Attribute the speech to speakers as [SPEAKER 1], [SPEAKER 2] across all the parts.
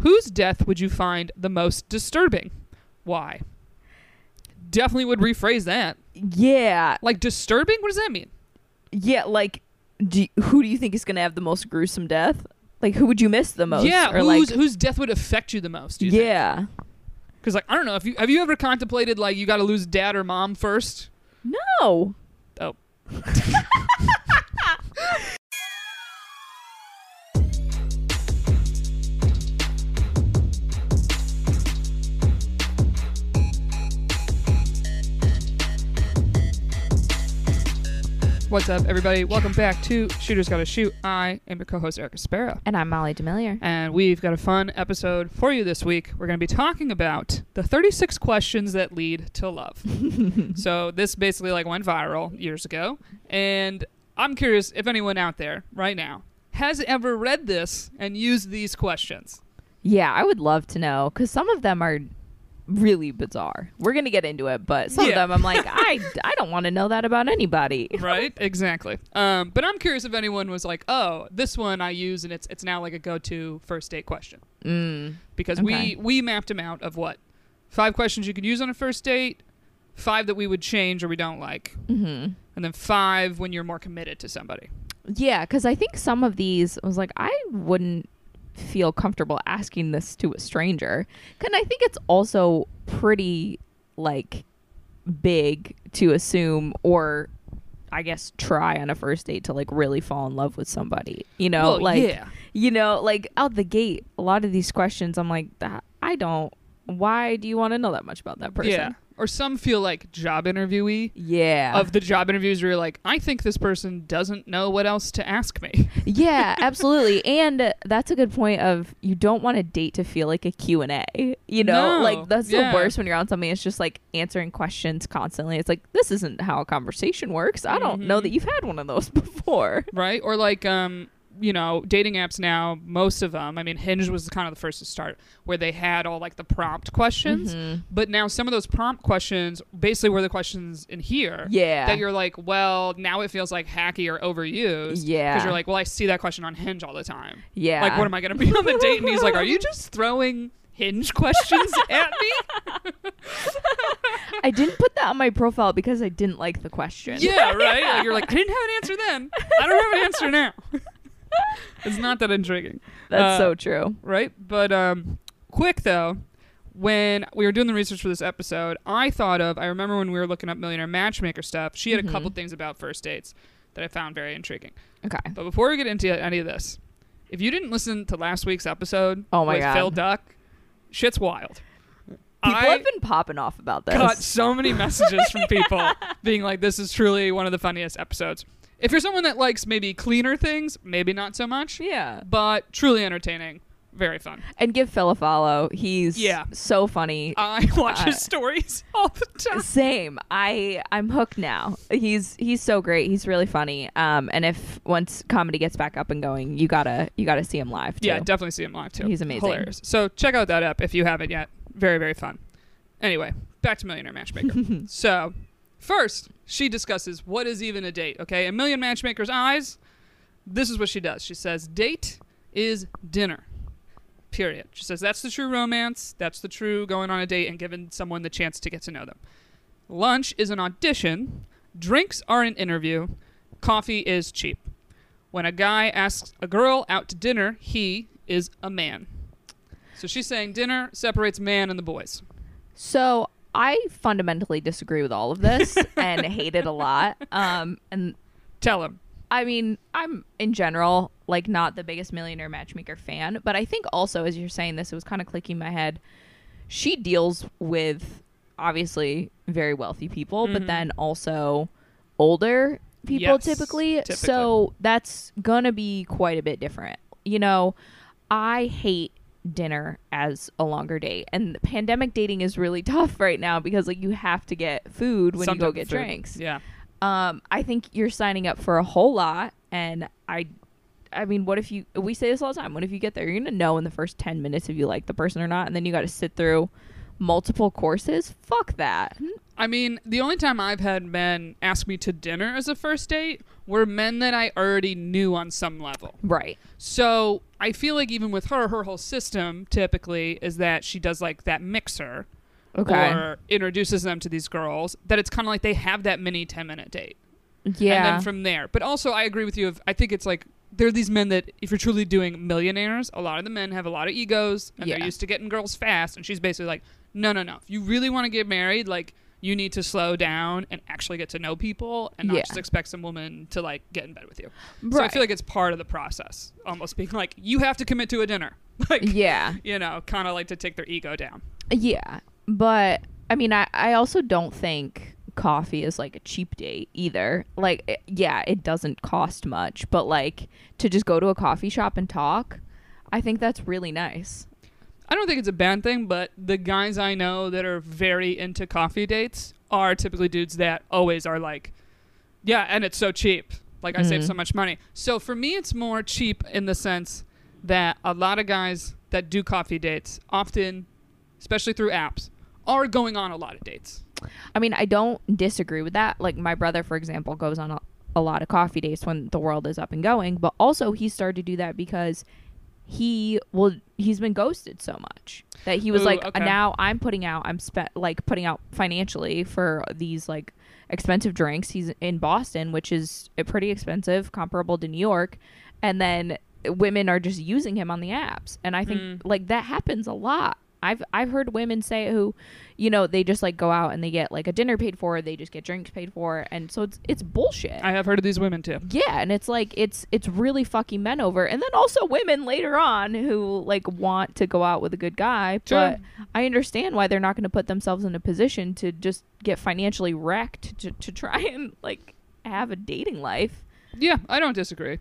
[SPEAKER 1] whose death would you find the most disturbing? Why? Definitely would rephrase that.
[SPEAKER 2] Yeah,
[SPEAKER 1] Like disturbing? What does that mean?
[SPEAKER 2] yeah. Like, do who do you think is gonna have the most gruesome death? Like, who would you miss the most?
[SPEAKER 1] yeah,
[SPEAKER 2] or
[SPEAKER 1] whose
[SPEAKER 2] like,
[SPEAKER 1] whose death would affect you the most? Do you
[SPEAKER 2] yeah.
[SPEAKER 1] Because like I don't know if you have you ever contemplated like you got to lose dad or mom first.
[SPEAKER 2] No.
[SPEAKER 1] Oh, what's up, everybody? Welcome back to Shooters Gotta Shoot. I am your co-host Erica Sparrow.
[SPEAKER 2] And I'm Molly Demillier.
[SPEAKER 1] and we've got a fun episode for you this week. We're going to be talking about the 36 questions that lead to love. so this basically like went viral years ago, and I'm curious if anyone out there right now has ever read this and used these questions.
[SPEAKER 2] Yeah, I would love to know because some of them are really bizarre. We're gonna get into it, but some
[SPEAKER 1] Yeah.
[SPEAKER 2] of them I'm like, I I don't want to know that about anybody.
[SPEAKER 1] right exactly um, but i'm curious if anyone was like oh this one i use and it's it's now like a go-to first date question
[SPEAKER 2] Mm.
[SPEAKER 1] because
[SPEAKER 2] Okay.
[SPEAKER 1] we we mapped them out of what five questions you could use on a first date five that we would change or we don't like
[SPEAKER 2] Mm-hmm.
[SPEAKER 1] and then five when you're more committed to somebody
[SPEAKER 2] Yeah, because I think some of these I was like, I wouldn't feel comfortable asking this to a stranger. And I think it's also pretty like big to assume or I guess try on a first date to like really fall in love with somebody. You know,
[SPEAKER 1] Well,
[SPEAKER 2] like
[SPEAKER 1] yeah
[SPEAKER 2] you know, like out the gate, a lot of these questions I'm like, "That- I don't why do you want to know that much about that person?
[SPEAKER 1] yeah or some feel like job interviewee
[SPEAKER 2] Yeah.
[SPEAKER 1] of the job interviews where you're like i think this person doesn't know what else to ask me
[SPEAKER 2] yeah absolutely and uh, that's a good point of you don't want a date to feel like a q&a you know
[SPEAKER 1] No,
[SPEAKER 2] like that's
[SPEAKER 1] yeah.
[SPEAKER 2] the worst when you're on something it's just like answering questions constantly it's like this isn't how a conversation works i don't know
[SPEAKER 1] Mhm.
[SPEAKER 2] that you've had one of those before
[SPEAKER 1] right? Or like, um, you know, dating apps now, most of them. I mean, Hinge was kind of the first to start, where they had all like the prompt questions.
[SPEAKER 2] Mm-hmm.
[SPEAKER 1] But now some of those prompt questions basically were the questions in here.
[SPEAKER 2] Yeah.
[SPEAKER 1] That you're like, well, now it feels like hacky or overused.
[SPEAKER 2] Yeah.
[SPEAKER 1] Because you're like, well, I see that question on Hinge all the time.
[SPEAKER 2] yeah
[SPEAKER 1] Like, what am I going to be on the date? And he's like, are you just throwing Hinge questions at me?
[SPEAKER 2] i didn't put that on my profile because i didn't like the question
[SPEAKER 1] Yeah, right. Like, you're like, I didn't have an answer then. I don't have an answer now. it's not that intriguing.
[SPEAKER 2] that's
[SPEAKER 1] Uh,
[SPEAKER 2] so true
[SPEAKER 1] right? But um, quick though, when we were doing the research for this episode, I thought of. I remember when we were looking up Millionaire Matchmaker stuff. She had a
[SPEAKER 2] Mm-hmm.
[SPEAKER 1] couple things about first dates that I found very intriguing.
[SPEAKER 2] okay
[SPEAKER 1] But before we get into any of this, if you didn't listen to last week's episode,
[SPEAKER 2] Oh my
[SPEAKER 1] with
[SPEAKER 2] God.
[SPEAKER 1] Phil Duck, shit's wild.
[SPEAKER 2] people
[SPEAKER 1] I
[SPEAKER 2] have been popping off about this
[SPEAKER 1] got so many messages from people being like, "This is truly one of the funniest episodes." If you're someone that likes maybe cleaner things, maybe not so much,
[SPEAKER 2] yeah
[SPEAKER 1] but truly entertaining, very fun.
[SPEAKER 2] and give phil a follow he's
[SPEAKER 1] Yeah.
[SPEAKER 2] so funny
[SPEAKER 1] I watch
[SPEAKER 2] Uh,
[SPEAKER 1] his stories all the time.
[SPEAKER 2] Same. I I'm hooked now. He's he's so great. He's really funny. Um, and if once comedy gets back up and going, you gotta you gotta see him live. Too.
[SPEAKER 1] Yeah, definitely see him live too.
[SPEAKER 2] He's amazing.
[SPEAKER 1] Hilarious. So check out that app if you haven't yet. Very, very fun. Anyway, back to Millionaire Matchmaker. so first, she discusses what is even a date, okay? In Million Matchmaker's eyes, this is what she does. She says, date is dinner. Period. She says that's the true romance, that's the true going on a date and giving someone the chance to get to know them. Lunch is an audition, drinks are an interview, coffee is cheap. When a guy asks a girl out to dinner, he is a man. So she's saying dinner separates man and the boys.
[SPEAKER 2] So I fundamentally disagree with all of this and hate it a lot. Um, and
[SPEAKER 1] Tell him.
[SPEAKER 2] I mean, I'm in general like not the biggest millionaire matchmaker fan, but I think also as you're saying this, it was kind of clicking in my head. She deals with obviously very wealthy people, but then also older people
[SPEAKER 1] Mm-hmm. Yes,
[SPEAKER 2] typically.
[SPEAKER 1] typically.
[SPEAKER 2] So that's gonna be quite a bit different. You know, I hate dinner as a longer date. And pandemic dating is really tough right now because like you have to get food when
[SPEAKER 1] Some
[SPEAKER 2] you go
[SPEAKER 1] type of
[SPEAKER 2] get
[SPEAKER 1] food.
[SPEAKER 2] drinks.
[SPEAKER 1] Yeah.
[SPEAKER 2] Um, I think you're signing up for a whole lot, and I, I mean, what if you? We say this all the time. What if you get there? You're gonna know in the first ten minutes if you like the person or not, and then you got to sit through multiple courses. Fuck that.
[SPEAKER 1] I mean, the only time I've had men ask me to dinner as a first date were men that I already knew on some level.
[SPEAKER 2] Right.
[SPEAKER 1] So I feel like even with her, her whole system typically is that she does like that mixer
[SPEAKER 2] Okay.
[SPEAKER 1] or introduces them to these girls, that it's kind of like they have that mini 10 minute date. And
[SPEAKER 2] yeah.
[SPEAKER 1] then from there. But also, I agree with you. Of, I think it's like there are these men that, if you're truly doing millionaires, a lot of the men have a lot of egos and
[SPEAKER 2] Yeah.
[SPEAKER 1] they're used to getting girls fast. And she's basically like, no, no, no. If you really want to get married, like, you need to slow down and actually get to know people and not
[SPEAKER 2] Yeah.
[SPEAKER 1] just expect some woman to like get in bed with you. So I
[SPEAKER 2] Right.
[SPEAKER 1] feel like it's part of the process, almost being like, you have to commit to a dinner. Like,
[SPEAKER 2] yeah.
[SPEAKER 1] you know, kind of like to take their ego down.
[SPEAKER 2] Yeah. But I mean, I, I also don't think coffee is like a cheap date either. Like, it- yeah, it doesn't cost much, but like to just go to a coffee shop and talk, I think that's really nice.
[SPEAKER 1] I don't think it's a bad thing, but the guys I know that are very into coffee dates are typically dudes that always are like, yeah, and it's so cheap. Like, I
[SPEAKER 2] Mm-hmm.
[SPEAKER 1] save so much money. So for me, it's more cheap in the sense that a lot of guys that do coffee dates often, especially through apps, are going on a lot of dates.
[SPEAKER 2] I mean, I don't disagree with that. Like, my brother, for example, goes on a, a lot of coffee dates when the world is up and going, but also he started to do that because he will he's been ghosted so much that he was
[SPEAKER 1] Ooh,
[SPEAKER 2] like
[SPEAKER 1] okay.
[SPEAKER 2] now i'm putting out i'm spe- like putting out financially for these like expensive drinks he's in boston which is uh, pretty expensive comparable to new york and then women are just using him on the apps and i think like that happens a lot I've, I've heard women say who, you know, they just like go out and they get like a dinner paid for, they just get drinks paid for, and so it's it's bullshit.
[SPEAKER 1] I have heard of these women too.
[SPEAKER 2] Yeah, and it's like it's it's really fucking men over, and then also women later on who like want to go out with a good guy,
[SPEAKER 1] Sure.
[SPEAKER 2] but I understand why they're not going to put themselves in a position to just get financially wrecked to to try and like have a dating life.
[SPEAKER 1] Yeah, I don't disagree.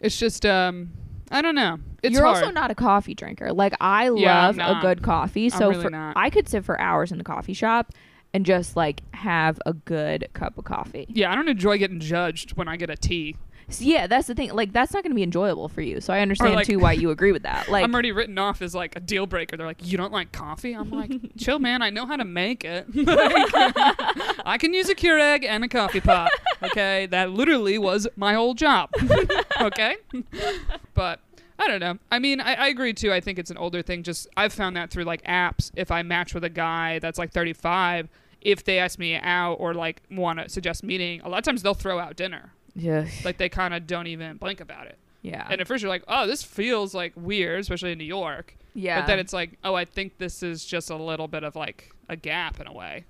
[SPEAKER 1] It's just, um, I don't know. It's
[SPEAKER 2] You're
[SPEAKER 1] hard.
[SPEAKER 2] also not a coffee drinker. Like I
[SPEAKER 1] Yeah, I'm
[SPEAKER 2] love a
[SPEAKER 1] not.
[SPEAKER 2] good coffee, so
[SPEAKER 1] really
[SPEAKER 2] for,
[SPEAKER 1] not.
[SPEAKER 2] I could sit for hours in a coffee shop and just like have a good cup of coffee.
[SPEAKER 1] yeah, I don't enjoy getting judged when I get a tea.
[SPEAKER 2] So, yeah, that's the thing. Like that's not going to be enjoyable for you. So I understand
[SPEAKER 1] like-
[SPEAKER 2] too why you agree with that. Like
[SPEAKER 1] I'm already written off as like a deal breaker. They're like, you don't like coffee? I'm like, chill, man. I know how to make it. Like, I can use a Keurig and a coffee pot. Okay, that literally was my whole job. okay, but I don't know. I mean, I, I agree too. I think it's an older thing. Just I've found that through like apps. If I match with a guy that's like 35, if they ask me out or like want to suggest meeting, a lot of times they'll throw out dinner.
[SPEAKER 2] yeah,
[SPEAKER 1] Like they kind of don't even blink about it.
[SPEAKER 2] yeah.
[SPEAKER 1] And at first you're like, oh, this feels like weird, especially in New York.
[SPEAKER 2] Yeah.
[SPEAKER 1] But then it's like, oh, I think this is just a little bit of like a gap in a way.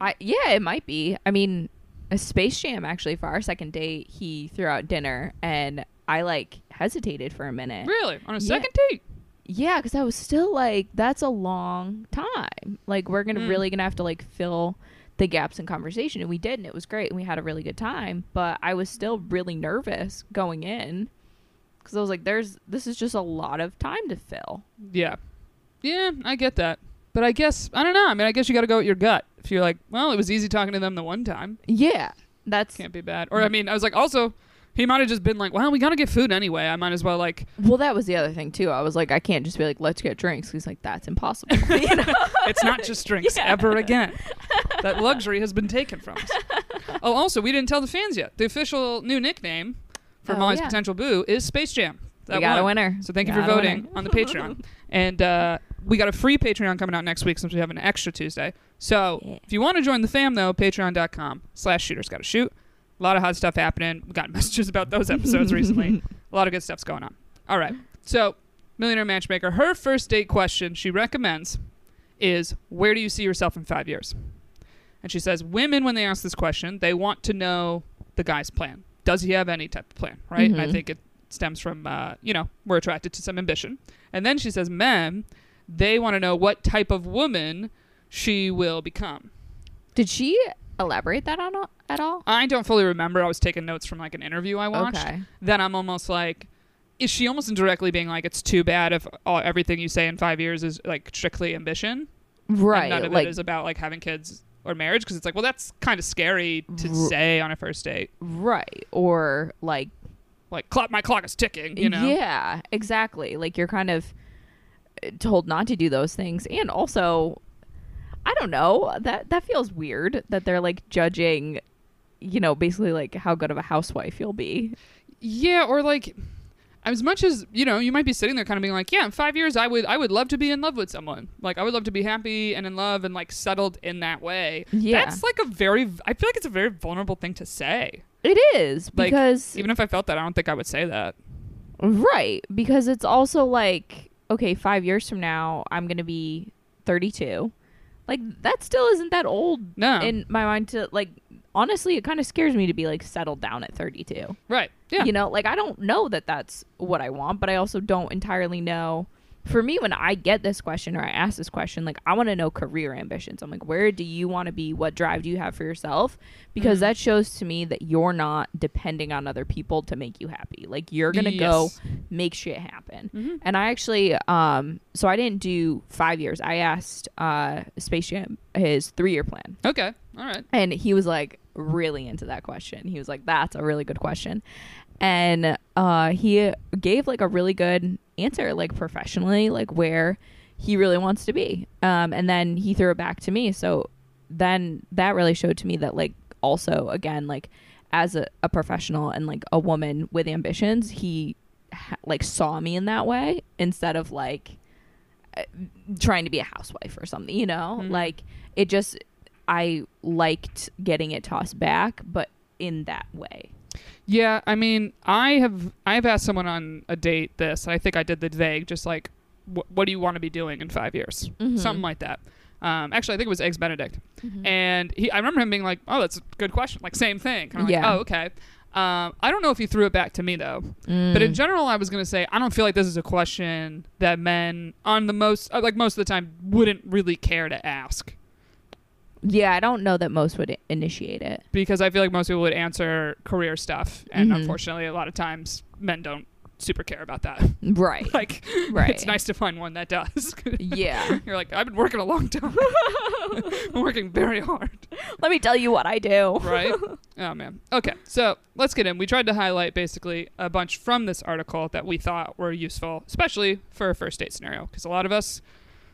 [SPEAKER 2] I yeah, it might be. I mean, a Space Jam actually for our second date, he threw out dinner and I like hesitated for a minute.
[SPEAKER 1] Really? On a
[SPEAKER 2] Yeah.
[SPEAKER 1] second date?
[SPEAKER 2] Yeah, cuz I was still like that's a long time. Like we're going to
[SPEAKER 1] Mm.
[SPEAKER 2] really going to have to like fill the gaps in conversation and we did and it was great and we had a really good time, but I was still really nervous going in cuz I was like there's this is just a lot of time to fill.
[SPEAKER 1] Yeah. Yeah, I get that. But I guess, I don't know. I mean, I guess you got to go with your gut. If you're like, well, it was easy talking to them the one time,
[SPEAKER 2] Yeah. That's
[SPEAKER 1] can't be bad. Or, I mean, I was like, also, he might have just been like, well, we got to get food anyway. I might as well, like,
[SPEAKER 2] well. That was the other thing too. I was like, I can't just be like, let's get drinks. He's like, that's impossible. You know?
[SPEAKER 1] it's not just drinks ever again. That luxury has been taken from us. Oh, also, we didn't tell the fans yet. The official new nickname for
[SPEAKER 2] Oh,
[SPEAKER 1] Molly's
[SPEAKER 2] yeah.
[SPEAKER 1] potential boo is Space Jam.
[SPEAKER 2] we got a
[SPEAKER 1] won.
[SPEAKER 2] winner.
[SPEAKER 1] So thank you
[SPEAKER 2] We
[SPEAKER 1] for
[SPEAKER 2] got a
[SPEAKER 1] voting
[SPEAKER 2] winner.
[SPEAKER 1] on the Patreon. and uh, we got a free Patreon coming out next week since we have an extra Tuesday. So
[SPEAKER 2] Yeah.
[SPEAKER 1] if you want to join the fam, though, patreon.com slash shooters got to shoot. A lot of hot stuff happening. We got messages about those episodes recently. A lot of good stuff's going on. All right. So Millionaire Matchmaker, her first date question she recommends is where do you see yourself in five years? And she says women, when they ask this question, they want to know the guy's plan. Does he have any type of plan, right? I
[SPEAKER 2] Mhm.
[SPEAKER 1] think it stems from, uh, you know, we're attracted to some ambition. And then she says men, they want to know what type of woman she will become.
[SPEAKER 2] Did she elaborate that on at all?
[SPEAKER 1] I don't fully remember. I was taking notes from like an interview I watched.
[SPEAKER 2] Okay.
[SPEAKER 1] Then I'm almost like, is she almost indirectly being like, it's too bad if all, everything you say in five years is like strictly ambition?
[SPEAKER 2] right
[SPEAKER 1] And none of
[SPEAKER 2] like
[SPEAKER 1] it is about like having kids or marriage because it's like, well, that's kind of scary to
[SPEAKER 2] R-
[SPEAKER 1] say on a first date.
[SPEAKER 2] right or like
[SPEAKER 1] Like, clock, my clock is ticking, you know?
[SPEAKER 2] yeah exactly like you're kind of uh, told not to do those things and also i don't know that that feels weird that they're like judging you know basically like how good of a housewife you'll be
[SPEAKER 1] Yeah, or like as much as you know, you might be sitting there kind of being like, Yeah, in five years I would I would love to be in love with someone. Like I would love to be happy and in love and like settled in that way.
[SPEAKER 2] Yeah.
[SPEAKER 1] That's like a very I feel like it's a very vulnerable thing to say.
[SPEAKER 2] it is
[SPEAKER 1] Like
[SPEAKER 2] because
[SPEAKER 1] even if I felt that I don't think I would say that.
[SPEAKER 2] Right, because it's also like, okay, five years from now, I'm gonna be 32. Like that still isn't that old
[SPEAKER 1] No.
[SPEAKER 2] in my mind. To like, honestly, it kind of scares me to be like settled down at 32.
[SPEAKER 1] Right. Yeah.
[SPEAKER 2] You know, like I don't know that that's what I want, but I also don't entirely know. For me, when I get this question or I ask this question, like I want to know career ambitions. I'm like, where do you want to be? What drive do you have for yourself? Because
[SPEAKER 1] Mm-hmm.
[SPEAKER 2] that shows to me that you're not depending on other people to make you happy. Like you're gonna go
[SPEAKER 1] Yes.
[SPEAKER 2] make shit happen.
[SPEAKER 1] Mhm.
[SPEAKER 2] And I actually, um, so I didn't do five years. I asked uh, Space Jam his three year plan.
[SPEAKER 1] Okay. All right.
[SPEAKER 2] And he was like really into that question. He was like, that's a really good question. And uh, he gave like a really good answer, like professionally, like where he really wants to be. Um, and then he threw it back to me. So then that really showed to me that, like, also, again, like as a, a professional and like a woman with ambitions, he ha- like saw me in that way instead of like uh, trying to be a housewife or something, you know?
[SPEAKER 1] Mhm.
[SPEAKER 2] Like, it just I liked getting it tossed back, but in that way.
[SPEAKER 1] Yeah, I mean, I have I've asked someone on a date this, and I think I did the vague, just like, wh- what do you want to be doing in five years,
[SPEAKER 2] Mhm.
[SPEAKER 1] something like that. Um, actually, I think it was Eggs Benedict,
[SPEAKER 2] Mm-hmm.
[SPEAKER 1] and he I remember him being like, oh, that's a good question, like same thing, kind of
[SPEAKER 2] Yeah.
[SPEAKER 1] like, oh, okay. Um, I don't know if he threw it back to me though,
[SPEAKER 2] Mm.
[SPEAKER 1] but in general, I was gonna say I don't feel like this is a question that men on the most uh, like most of the time wouldn't really care to ask
[SPEAKER 2] yeah, I don't know that most would i- initiate it.
[SPEAKER 1] because I feel like most people would answer career stuff, and
[SPEAKER 2] Mhm.
[SPEAKER 1] unfortunately, a lot of times men don't super care about that.
[SPEAKER 2] Right.
[SPEAKER 1] like
[SPEAKER 2] Right.
[SPEAKER 1] it's nice to find one that does
[SPEAKER 2] yeah.
[SPEAKER 1] you're like i've been working a long time i'm working very hard
[SPEAKER 2] Let me tell you what I do.
[SPEAKER 1] right oh man okay so let's get in we tried to highlight basically a bunch from this article that we thought were useful especially for a first date scenario because a lot of us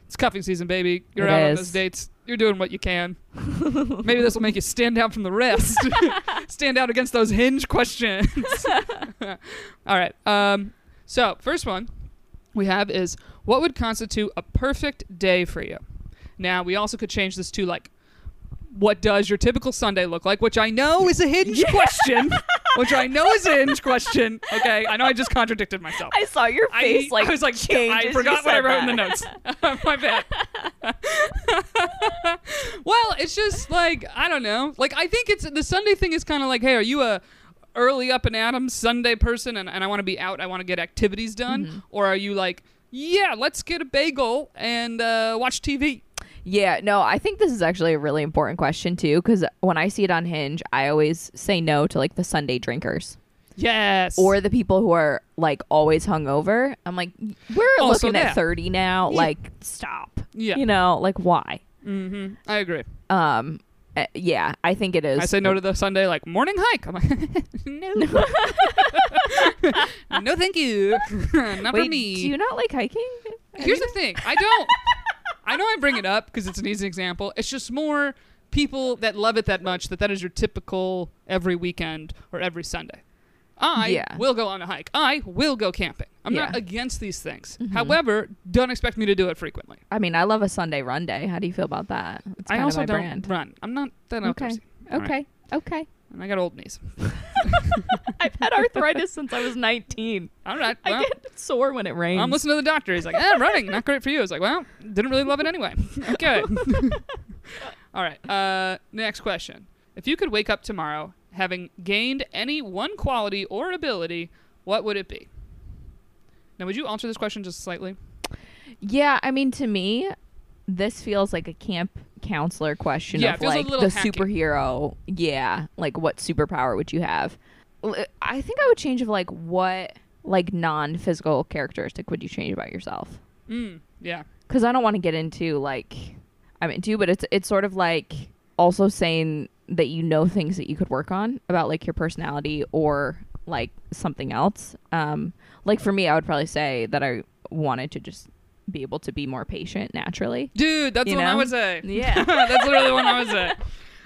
[SPEAKER 1] it's cuffing season baby you're
[SPEAKER 2] It
[SPEAKER 1] out on
[SPEAKER 2] is.
[SPEAKER 1] those dates you're doing what you can maybe this will make you stand out from the rest stand out against those hinge questions all right um, so first one we have is what would constitute a perfect day for you now we also could change this to like what does your typical sunday look like which i know is a hinge question which i know is a hinge question okay i know i just contradicted myself
[SPEAKER 2] I saw your
[SPEAKER 1] I-
[SPEAKER 2] face like
[SPEAKER 1] I was like,
[SPEAKER 2] change as
[SPEAKER 1] I
[SPEAKER 2] you
[SPEAKER 1] forgot what I
[SPEAKER 2] said
[SPEAKER 1] wrote in the
[SPEAKER 2] that.
[SPEAKER 1] notes. My bad. well, it's just like I don't know. Like I think it's the Sunday thing is kind of like, hey, are you a early up and Adam Sunday person, and, and I want to be out, I want to get activities done, or are you like, yeah, let's get a bagel and uh, watch TV?
[SPEAKER 2] Yeah, no, I think this is actually a really important question too because when I see it on Hinge, I always say no to like the Sunday drinkers
[SPEAKER 1] Yes.
[SPEAKER 2] or the people who are like always hungover. I'm like, we're
[SPEAKER 1] Also
[SPEAKER 2] looking
[SPEAKER 1] that.
[SPEAKER 2] at 30 now.
[SPEAKER 1] Oh, Yeah.
[SPEAKER 2] Like, stop.
[SPEAKER 1] Yeah.
[SPEAKER 2] You know, like why?
[SPEAKER 1] hmm I agree.
[SPEAKER 2] um uh, yeah i think it is
[SPEAKER 1] I say no to the Sunday like morning hike. I'm like, no, no, thank you, not
[SPEAKER 2] Wait,
[SPEAKER 1] for me.
[SPEAKER 2] do you not like hiking
[SPEAKER 1] Here's the thing. I don't. I know I bring it up because it's an easy example. It's just more people that love it that much that that is your typical every weekend or every Sunday. I
[SPEAKER 2] Yeah.
[SPEAKER 1] will go on a hike. I will go camping. I'm not
[SPEAKER 2] Yeah. Mm-hmm.
[SPEAKER 1] against these things. However, don't expect me to do it frequently.
[SPEAKER 2] i mean i love a sunday run day how do you feel about that it's kind
[SPEAKER 1] I
[SPEAKER 2] of
[SPEAKER 1] also
[SPEAKER 2] my
[SPEAKER 1] don't
[SPEAKER 2] brand
[SPEAKER 1] run. I'm not that
[SPEAKER 2] okay
[SPEAKER 1] outdoorsy. All right.
[SPEAKER 2] okay okay
[SPEAKER 1] And I got old knees.
[SPEAKER 2] i've had arthritis since i was 19
[SPEAKER 1] All right.
[SPEAKER 2] i
[SPEAKER 1] Well,
[SPEAKER 2] get sore when it rains
[SPEAKER 1] I'm listening to the doctor. He's like, eh, running, not great for you. I was like, well, didn't really love it anyway. Okay. All right. Uh, next question. If you could wake up tomorrow having gained any one quality or ability, what would it be? Now, would you alter this question just slightly?
[SPEAKER 2] yeah i mean to me this feels like a camp counselor question
[SPEAKER 1] Yeah, it
[SPEAKER 2] of
[SPEAKER 1] feels a
[SPEAKER 2] like the
[SPEAKER 1] little hacky.
[SPEAKER 2] superhero uh, yeah like what superpower would you have L- i think i would change of like what like non-physical characteristic would you change about yourself?
[SPEAKER 1] Mm, yeah.
[SPEAKER 2] because I don't want to get into like I mean do, but it's it's sort of like also saying that you know things that you could work on about like your personality or like something else. Um, like for me, I would probably say that I wanted to just be able to be more patient naturally.
[SPEAKER 1] Dude, that's
[SPEAKER 2] You
[SPEAKER 1] the one I
[SPEAKER 2] know?
[SPEAKER 1] would say.
[SPEAKER 2] Yeah.
[SPEAKER 1] that's literally the one I would say.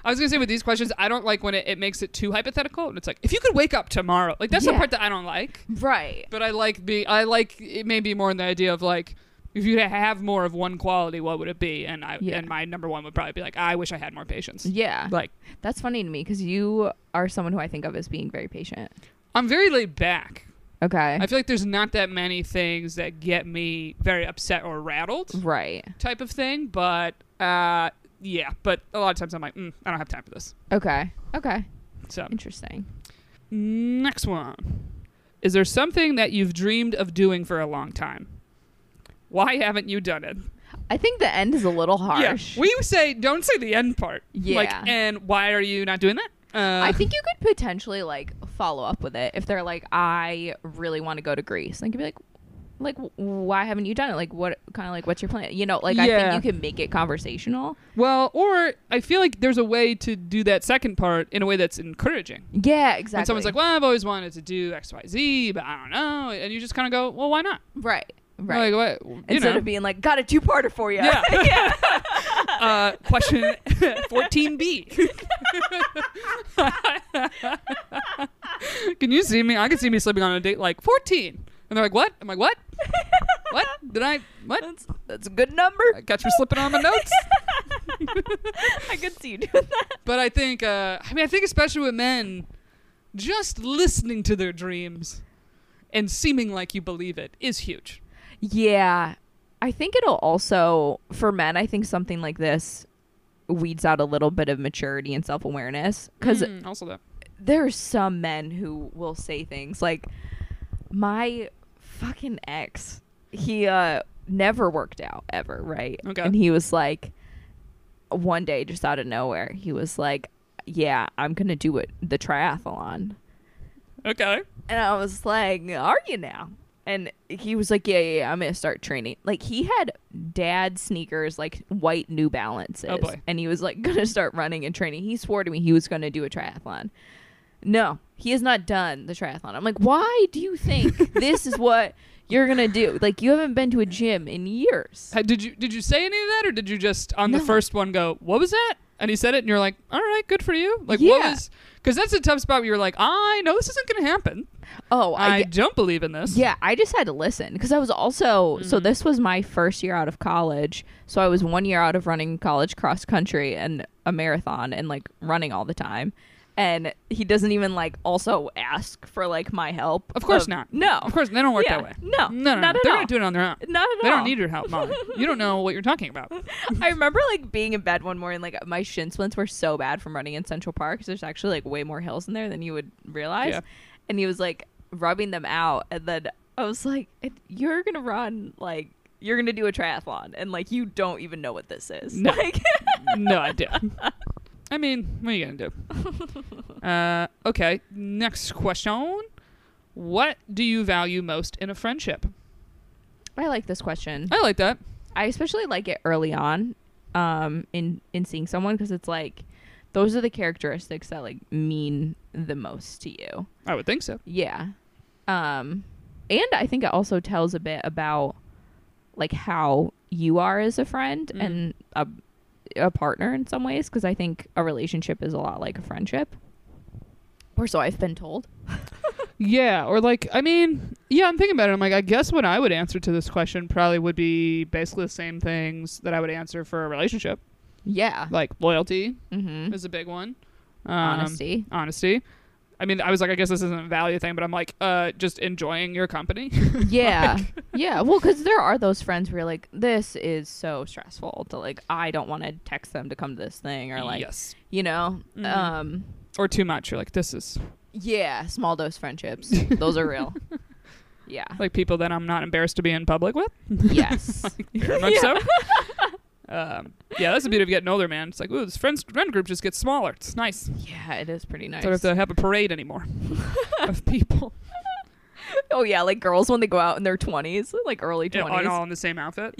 [SPEAKER 1] I was gonna say with these questions, I don't like when it, it makes it too hypothetical. And it's like, if you could wake up tomorrow, like that's the
[SPEAKER 2] Yeah.
[SPEAKER 1] part that I don't like.
[SPEAKER 2] Right.
[SPEAKER 1] But I like be I like it maybe more in the idea of like if you had- have more of one quality, what would it be? And I
[SPEAKER 2] Yeah.
[SPEAKER 1] and my number one would probably be like, I wish I had more patience.
[SPEAKER 2] Yeah.
[SPEAKER 1] Like
[SPEAKER 2] That's funny to me because you are someone who I think of as being very patient.
[SPEAKER 1] I'm very laid back.
[SPEAKER 2] Okay.
[SPEAKER 1] I feel like there's not that many things that get me very upset or rattled
[SPEAKER 2] right.
[SPEAKER 1] type of thing, but uh yeah, but a lot of times I'm like, mm, I don't have time for this.
[SPEAKER 2] Okay. Okay.
[SPEAKER 1] So
[SPEAKER 2] Interesting. Mm.
[SPEAKER 1] Next one. Is there something that you've dreamed of doing for a long time? Why haven't you done it?
[SPEAKER 2] I think the end is a little harsh.
[SPEAKER 1] Yeah. We say don't say the end part. Like
[SPEAKER 2] Yeah.
[SPEAKER 1] and why are you not doing that? Uh,
[SPEAKER 2] I think you could potentially like follow up with it if they're like, I really want to go to Greece. Like, you'd be like, like w- why haven't you done it? Like, what kind of like what's your plan? You know, like I
[SPEAKER 1] Yeah.
[SPEAKER 2] think you can make it conversational.
[SPEAKER 1] well, or I feel like there's a way to do that second part in a way that's encouraging.
[SPEAKER 2] Yeah, exactly.
[SPEAKER 1] When someone's like, "Well, I've always wanted to do X, Y, Z, but I don't know," and you just kind of go, "Well, why not?"
[SPEAKER 2] right, right.
[SPEAKER 1] Like, what, you
[SPEAKER 2] Instead
[SPEAKER 1] know.
[SPEAKER 2] of being like, got a two parter for you.
[SPEAKER 1] Yeah. uh, question 14B. can you see me? I can see me sleeping on a date like 14. And they're like, what? I'm like, what? What? Did I? What?
[SPEAKER 2] that's, that's a good number.
[SPEAKER 1] I got you slipping on my notes.
[SPEAKER 2] I could see you doing that.
[SPEAKER 1] But I think, uh, I mean, I think especially with men, just listening to their dreams and seeming like you believe it is huge.
[SPEAKER 2] Yeah. I think it'll also, for men, I think something like this weeds out a little bit of maturity and self awareness. Because
[SPEAKER 1] Mm, also that.
[SPEAKER 2] there are some men who will say things like my fucking ex he uh never worked out ever right
[SPEAKER 1] Okay.
[SPEAKER 2] and he was like one day just out of nowhere he was like yeah i'm gonna do it the triathlon
[SPEAKER 1] Okay.
[SPEAKER 2] and i was like are you now and he was like yeah yeah, yeah i'm gonna start training like he had dad sneakers like white new balances
[SPEAKER 1] Oh, boy.
[SPEAKER 2] and he was like gonna start running and training he swore to me he was gonna do a triathlon no, he has not done the triathlon. I'm like, why do you think this is what you're gonna do? Like, you haven't been to a gym in years.
[SPEAKER 1] Hey, Did you did you say any of that, or did you just on the
[SPEAKER 2] No.
[SPEAKER 1] first one go, "What was that?" And he said it, and you're like, "All right, good for you." Like, what
[SPEAKER 2] Yeah.
[SPEAKER 1] was? Because that's a tough spot. Where you're like, "I know this isn't going to happen.
[SPEAKER 2] Oh,
[SPEAKER 1] I,
[SPEAKER 2] I,
[SPEAKER 1] don't believe in this."
[SPEAKER 2] yeah, I just had to listen because I was also
[SPEAKER 1] Mm-hmm.
[SPEAKER 2] so this was my first year out of college, so I was one year out of running college cross country and a marathon and like running all the time. And he doesn't even like also ask for like my help.
[SPEAKER 1] of course not.
[SPEAKER 2] Oh, No,
[SPEAKER 1] of course they don't work
[SPEAKER 2] Yeah.
[SPEAKER 1] that way. no,
[SPEAKER 2] No,
[SPEAKER 1] no,
[SPEAKER 2] not
[SPEAKER 1] no.
[SPEAKER 2] at
[SPEAKER 1] They're
[SPEAKER 2] all.
[SPEAKER 1] to do it on their own.
[SPEAKER 2] not at
[SPEAKER 1] They
[SPEAKER 2] all.
[SPEAKER 1] don't need your help, mom. you don't know what you're talking about.
[SPEAKER 2] I remember like being in bed one morning, like my shin splints were so bad from running in Central Park 'cause there's actually like way more hills in there than you would realize.
[SPEAKER 1] Yeah.
[SPEAKER 2] And he was like rubbing them out, and then I was like, "And "You're gonna run like you're gonna do a triathlon, and like you don't even know what this is."
[SPEAKER 1] No.
[SPEAKER 2] Like,
[SPEAKER 1] no idea. I mean, what are you gonna do? Uh, okay, next question. What do you value most in a friendship?
[SPEAKER 2] I like this question.
[SPEAKER 1] I like that.
[SPEAKER 2] I especially like it early on, um, in in seeing someone because it's like those are the characteristics that like mean the most to you.
[SPEAKER 1] I would think so.
[SPEAKER 2] Yeah. Um and I think it also tells a bit about like how you are as a friend
[SPEAKER 1] Mm.
[SPEAKER 2] and a a partner in some ways because I think a relationship is a lot like a friendship. Or so I've been told.
[SPEAKER 1] Yeah, or like I mean, yeah, I'm thinking about it. I'm like, I guess what I would answer to this question probably would be basically the same things that I would answer for a relationship.
[SPEAKER 2] Yeah.
[SPEAKER 1] Like loyalty
[SPEAKER 2] Mm-hmm.
[SPEAKER 1] is a big one. Um,
[SPEAKER 2] Honesty.
[SPEAKER 1] Honesty. I mean, I was like, I guess this isn't a value thing, but I'm like, uh, just enjoying your company.
[SPEAKER 2] Yeah. yeah. Well, because there are those friends where you're like, this is so stressful to like, I don't want to text them to come to this thing or like,
[SPEAKER 1] yes,
[SPEAKER 2] you know,
[SPEAKER 1] Mhm.
[SPEAKER 2] um,
[SPEAKER 1] or too much. You're like, this is
[SPEAKER 2] yeah, small dose friendships. Those are real. Yeah.
[SPEAKER 1] like people that I'm not embarrassed to be in public with.
[SPEAKER 2] Yes.
[SPEAKER 1] Very much so. um, yeah, that's the beauty of getting older, man. It's like, ooh, this friends friend group just gets smaller. It's nice.
[SPEAKER 2] Yeah, it is pretty nice.
[SPEAKER 1] Don't have to have a parade anymore of people.
[SPEAKER 2] Oh yeah, like girls when they go out in their twenties, like early
[SPEAKER 1] Yeah,
[SPEAKER 2] twenties.
[SPEAKER 1] and all
[SPEAKER 2] Yeah.
[SPEAKER 1] in the same outfit.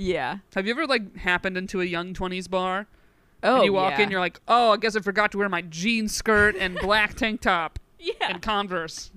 [SPEAKER 1] Have you ever like happened into a young twenties bar?
[SPEAKER 2] Oh,
[SPEAKER 1] and you walk
[SPEAKER 2] yeah.
[SPEAKER 1] in, you're like, oh, I guess I forgot to wear my jean skirt and black tank top
[SPEAKER 2] yeah.
[SPEAKER 1] and Converse.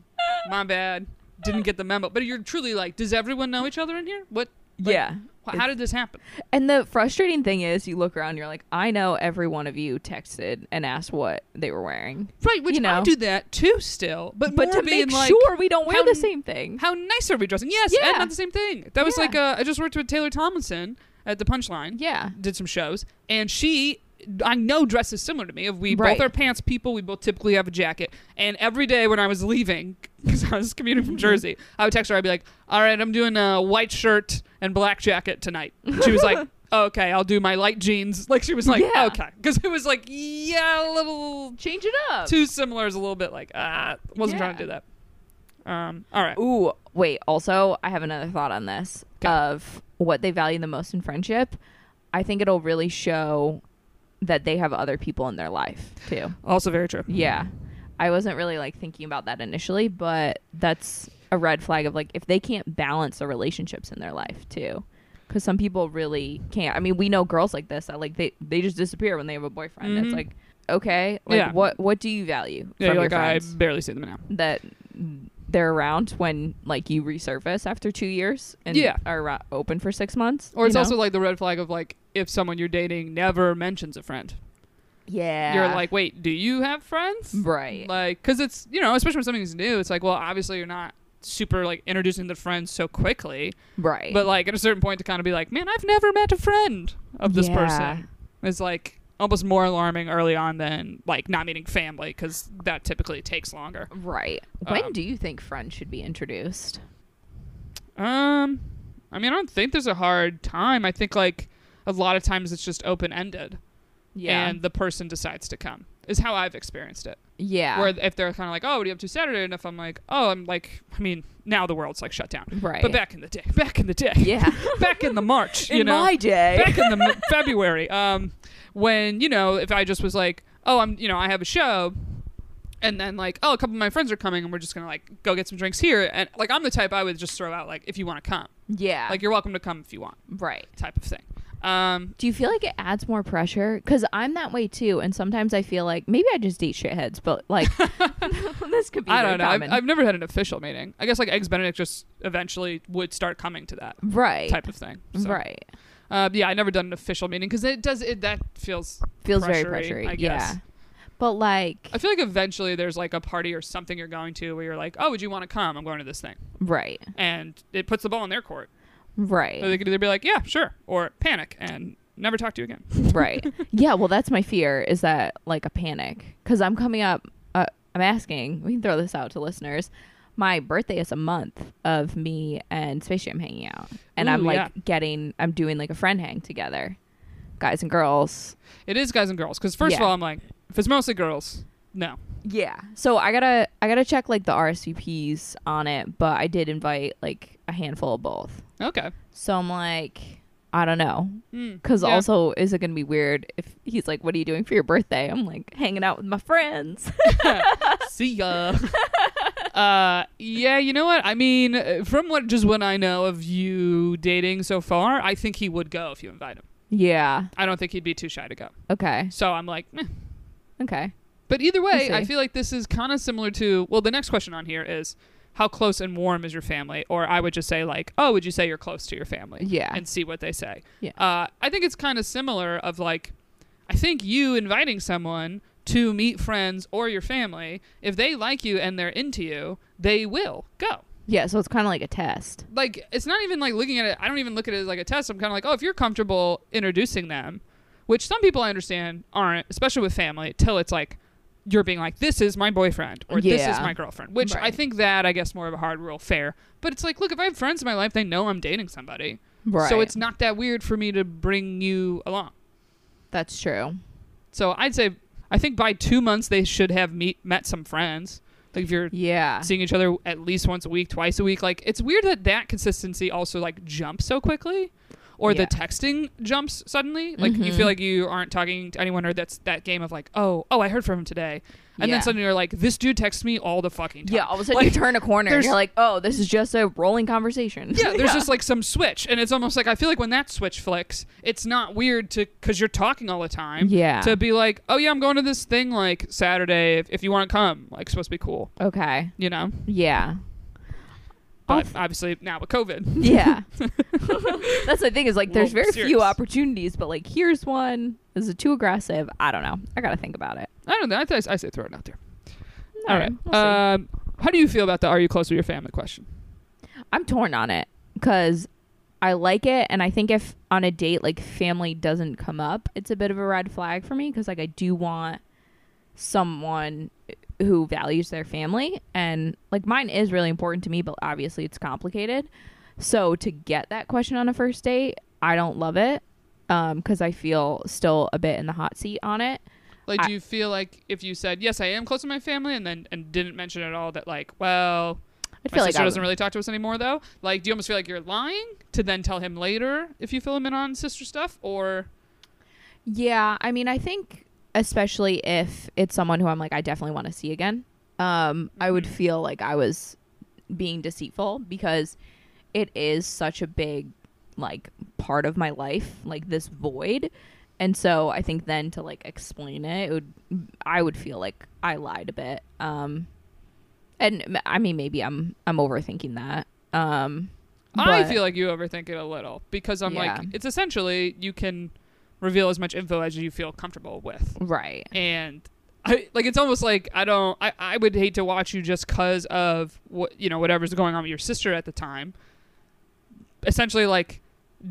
[SPEAKER 1] My bad. Didn't get the memo. But you're truly like, does everyone know each other in here? What? like,
[SPEAKER 2] yeah.
[SPEAKER 1] wh- how did this happen?
[SPEAKER 2] And the frustrating thing is, you look around, you're like, I know every one of you texted and asked what they were wearing,
[SPEAKER 1] Right, which
[SPEAKER 2] You
[SPEAKER 1] I
[SPEAKER 2] know.
[SPEAKER 1] do that too still. But,
[SPEAKER 2] but
[SPEAKER 1] more
[SPEAKER 2] to
[SPEAKER 1] being
[SPEAKER 2] make
[SPEAKER 1] like,
[SPEAKER 2] sure we don't wear
[SPEAKER 1] how-
[SPEAKER 2] the same thing.
[SPEAKER 1] how nice are we dressing? Yes,
[SPEAKER 2] Yeah.
[SPEAKER 1] and not the same thing. That was
[SPEAKER 2] Yeah.
[SPEAKER 1] like, uh, I just worked with Taylor Tomlinson at the Punchline.
[SPEAKER 2] yeah.
[SPEAKER 1] did some shows, and she, I know, dresses similar to me. If we
[SPEAKER 2] Right.
[SPEAKER 1] both are pants people, we both typically have a jacket. And every day when I was leaving, because I was commuting
[SPEAKER 2] Mm-hmm.
[SPEAKER 1] from Jersey, I would text her. I'd be like, "All right, I'm doing a white shirt and black jacket tonight." She was like. Okay, I'll do my light jeans. Like she was like,
[SPEAKER 2] Yeah.
[SPEAKER 1] okay, because it was like, yeah, a little
[SPEAKER 2] Change it up.
[SPEAKER 1] too similar is a little bit like, ah, wasn't trying to do
[SPEAKER 2] Yeah.
[SPEAKER 1] that. Um, all right,
[SPEAKER 2] Ooh, wait. Also, I have another thought on this
[SPEAKER 1] Okay.
[SPEAKER 2] of what they value the most in friendship. I think it'll really show that they have other people in their life too.
[SPEAKER 1] also very true.
[SPEAKER 2] Yeah. I wasn't really like thinking about that initially, but that's a red flag of like if they can't balance the relationships in their life too. Cuz some people really can't. I mean, we know girls like this that like they they just disappear when they have a boyfriend. It's
[SPEAKER 1] Mhm.
[SPEAKER 2] like okay, like
[SPEAKER 1] Yeah.
[SPEAKER 2] what what do you value
[SPEAKER 1] Yeah,
[SPEAKER 2] from
[SPEAKER 1] you're like
[SPEAKER 2] your friends
[SPEAKER 1] I barely see them now.
[SPEAKER 2] that they're around when like you resurface after 2 years and
[SPEAKER 1] Yeah.
[SPEAKER 2] are ro- open for 6 months?
[SPEAKER 1] Or
[SPEAKER 2] you
[SPEAKER 1] it's
[SPEAKER 2] know?
[SPEAKER 1] also like the red flag of like if someone you're dating never mentions a friend.
[SPEAKER 2] yeah.
[SPEAKER 1] You're like, wait, do you have friends?
[SPEAKER 2] right.
[SPEAKER 1] Like, because it's you know, especially when something's new, it's like, well, obviously you're not super like introducing the friends so quickly,
[SPEAKER 2] right.
[SPEAKER 1] but like at a certain point to kind of be like, man, I've never met a friend of this
[SPEAKER 2] Yeah.
[SPEAKER 1] person. It's like almost more alarming early on than like not meeting family because that typically takes longer.
[SPEAKER 2] right. When
[SPEAKER 1] Um,
[SPEAKER 2] do you think friends should be introduced?
[SPEAKER 1] Um, I mean, I don't think there's a hard time. I think like a lot of times it's just open ended. and the person decides to come is how I've experienced it.
[SPEAKER 2] Yeah.
[SPEAKER 1] Where if they're kind of like, oh, what do you up to Saturday? And if I'm like, oh, I'm like, I mean, now the world's like shut down.
[SPEAKER 2] right.
[SPEAKER 1] But back in the day, back in the day,
[SPEAKER 2] yeah.
[SPEAKER 1] back in the March, you
[SPEAKER 2] in
[SPEAKER 1] know,
[SPEAKER 2] my day.
[SPEAKER 1] back in the m- February, um, when you know, if I just was like, oh, I'm, you know, I have a show. And then like, oh, a couple of my friends are coming, and we're just gonna like go get some drinks here. And like, I'm the type I would just throw out like, if you want to come,
[SPEAKER 2] yeah.
[SPEAKER 1] like you're welcome to come if you want,
[SPEAKER 2] right.
[SPEAKER 1] type of thing. Um,
[SPEAKER 2] Do you feel like it adds more pressure? Because I'm that way too, and sometimes I feel like maybe I just date shitheads, but like this could be.
[SPEAKER 1] I
[SPEAKER 2] very
[SPEAKER 1] don't know. I've,
[SPEAKER 2] common.
[SPEAKER 1] I've never had an official meeting. I guess like Eggs Benedict just eventually would start coming to that
[SPEAKER 2] right.
[SPEAKER 1] type of thing. So,
[SPEAKER 2] Right.
[SPEAKER 1] Uh, yeah, I never done an official meeting because it does it that feels
[SPEAKER 2] Feels very
[SPEAKER 1] Pressury,
[SPEAKER 2] pressury.
[SPEAKER 1] I guess.
[SPEAKER 2] Yeah. But like,
[SPEAKER 1] I feel like eventually there's like a party or something you're going to where you're like, oh, would you want to come? I'm going to this thing,
[SPEAKER 2] right,
[SPEAKER 1] and it puts the ball in their court. So
[SPEAKER 2] right,
[SPEAKER 1] they could either be like, yeah, sure, or panic and never talk to you again.
[SPEAKER 2] right. Yeah. Well, that's my fear is that like a panic because I'm coming up. Uh, I'm asking. We can throw this out to listeners. My birthday is a month of me and Space Jam hanging out, and I'm
[SPEAKER 1] Ooh,
[SPEAKER 2] like
[SPEAKER 1] yeah.
[SPEAKER 2] getting. I'm doing like a friend hang together, guys and girls.
[SPEAKER 1] It is guys and girls because first of
[SPEAKER 2] Yeah.
[SPEAKER 1] all, I'm like, if it's mostly girls, no.
[SPEAKER 2] Yeah. So I gotta I gotta check like the RSVPs on it, but I did invite like a handful of both.
[SPEAKER 1] Okay.
[SPEAKER 2] So I'm like, I don't know.
[SPEAKER 1] Hmm.
[SPEAKER 2] Because
[SPEAKER 1] Yeah.
[SPEAKER 2] also, is it going to be weird if he's like, What are you doing for your birthday? I'm like, Hanging out with my friends.
[SPEAKER 1] See ya. uh, yeah, you know what? I mean, uh, from what just what I know of you dating so far, I think he would go if you invite him.
[SPEAKER 2] yeah.
[SPEAKER 1] I don't think he'd be too shy to go.
[SPEAKER 2] Okay.
[SPEAKER 1] So I'm like, meh.
[SPEAKER 2] Okay.
[SPEAKER 1] but either way,
[SPEAKER 2] see.
[SPEAKER 1] I feel like this is kind of similar to. Well, the next question on here is how close and warm is your family? Or I would just say like, oh, would you say you're close to your family?
[SPEAKER 2] Yeah.
[SPEAKER 1] and see what they say.
[SPEAKER 2] Yeah.
[SPEAKER 1] Uh, I think it's kind of similar of like, I think you inviting someone to meet friends or your family, if they like you and they're into you, they will go.
[SPEAKER 2] yeah. So it's kind of like a test.
[SPEAKER 1] Like, it's not even like looking at it. I don't even look at it as like a test. I'm kind of like, oh, if you're comfortable introducing them, which some people I understand aren't, especially with family, till it's like you're being like, this is my boyfriend or this is
[SPEAKER 2] Yeah.
[SPEAKER 1] my girlfriend, which I
[SPEAKER 2] Right.
[SPEAKER 1] think that I guess more of a hard rule, fair. But it's like, look, if I have friends in my life, they know I'm dating somebody.
[SPEAKER 2] Right.
[SPEAKER 1] So it's not that weird for me to bring you along.
[SPEAKER 2] That's true.
[SPEAKER 1] So I'd say I think by two months they should have meet met some friends. Like if you're
[SPEAKER 2] Yeah.
[SPEAKER 1] seeing each other at least once a week, twice a week, like it's weird that that consistency also like jumps so quickly. or
[SPEAKER 2] Yeah. Mm-hmm.
[SPEAKER 1] the texting jumps suddenly. Like you feel like you aren't talking to anyone, or that's that game of like, oh, oh, I heard from him today, and
[SPEAKER 2] Yeah.
[SPEAKER 1] then suddenly you're like, this dude texts me all the fucking time.
[SPEAKER 2] Yeah, all of a sudden
[SPEAKER 1] Like,
[SPEAKER 2] you turn a corner and
[SPEAKER 1] there's-
[SPEAKER 2] you're like, oh, this is just a rolling conversation.
[SPEAKER 1] yeah, there's just like some switch, and it's almost like I feel like when that switch flicks, it's not weird to because you're talking all the time.
[SPEAKER 2] Yeah.
[SPEAKER 1] to be like, oh yeah, I'm going to this thing like Saturday if, if you want to come, like supposed to be cool,
[SPEAKER 2] okay.
[SPEAKER 1] you know.
[SPEAKER 2] Yeah.
[SPEAKER 1] But
[SPEAKER 2] Off-
[SPEAKER 1] obviously now with COVID,
[SPEAKER 2] Yeah. That's the thing is like there's
[SPEAKER 1] Well,
[SPEAKER 2] very
[SPEAKER 1] serious.
[SPEAKER 2] few opportunities, but like here's one. Is it too aggressive? I don't know. I gotta think about it.
[SPEAKER 1] I don't know. I, th- I say throw it out there.
[SPEAKER 2] No,
[SPEAKER 1] All right.
[SPEAKER 2] we'll see.
[SPEAKER 1] um, how do you feel about the "Are you close with your family?" question?
[SPEAKER 2] I'm torn on it because I like it, and I think if on a date like family doesn't come up, it's a bit of a red flag for me because like I do want someone who values their family, and like mine is really important to me, but obviously it's complicated. So to get that question on a first date, I don't love it because I feel still a bit in the hot seat on it.
[SPEAKER 1] Like,
[SPEAKER 2] I-
[SPEAKER 1] do you feel like if you said yes, I am close to my family, and then and didn't mention at all that like, well,
[SPEAKER 2] I
[SPEAKER 1] my
[SPEAKER 2] feel like
[SPEAKER 1] sister
[SPEAKER 2] I
[SPEAKER 1] doesn't really talk to us anymore, though. Like, do you almost feel like you're lying to then tell him later if you fill him in on sister stuff, or
[SPEAKER 2] Yeah, I mean, I think especially if it's someone who I'm like, I definitely want to see again. Um, I
[SPEAKER 1] Mm-hmm.
[SPEAKER 2] would feel like I was being deceitful because it is such a big like part of my life, like this void. And so I think then to like explain it, it would I would feel like I lied a bit. Um, and m- I mean, maybe I'm I'm overthinking that. Um,
[SPEAKER 1] I
[SPEAKER 2] but-
[SPEAKER 1] feel like you overthink it a little because I'm like,
[SPEAKER 2] Yeah.
[SPEAKER 1] it's essentially you can reveal as much info as you feel comfortable with.
[SPEAKER 2] right.
[SPEAKER 1] and I like it's almost like I don't I, I would hate to watch you just cuz of what you know whatever's going on with your sister at the time. Essentially like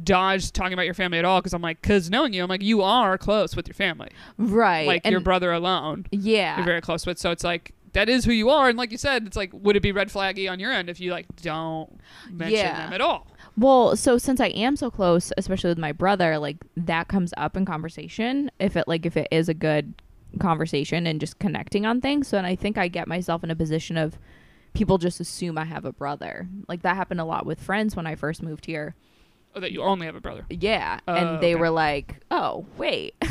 [SPEAKER 1] dodge talking about your family at all cuz I'm like cuz knowing you I'm like you are close with your family.
[SPEAKER 2] Right.
[SPEAKER 1] Like
[SPEAKER 2] and
[SPEAKER 1] your brother alone
[SPEAKER 2] yeah.
[SPEAKER 1] you're very close with so it's like that is who you are and like you said it's like would it be red flaggy on your end if you like don't mention
[SPEAKER 2] Yeah.
[SPEAKER 1] them at all?
[SPEAKER 2] Well, so since I am so close, especially with my brother, like that comes up in conversation if it like if it is a good conversation and just connecting on things. So and I think I get myself in a position of people just assume I have a brother. Like that happened a lot with friends when I first moved here.
[SPEAKER 1] Or that you only have a brother.
[SPEAKER 2] Yeah,
[SPEAKER 1] Oh,
[SPEAKER 2] and
[SPEAKER 1] okay.
[SPEAKER 2] they were like, "Oh, wait."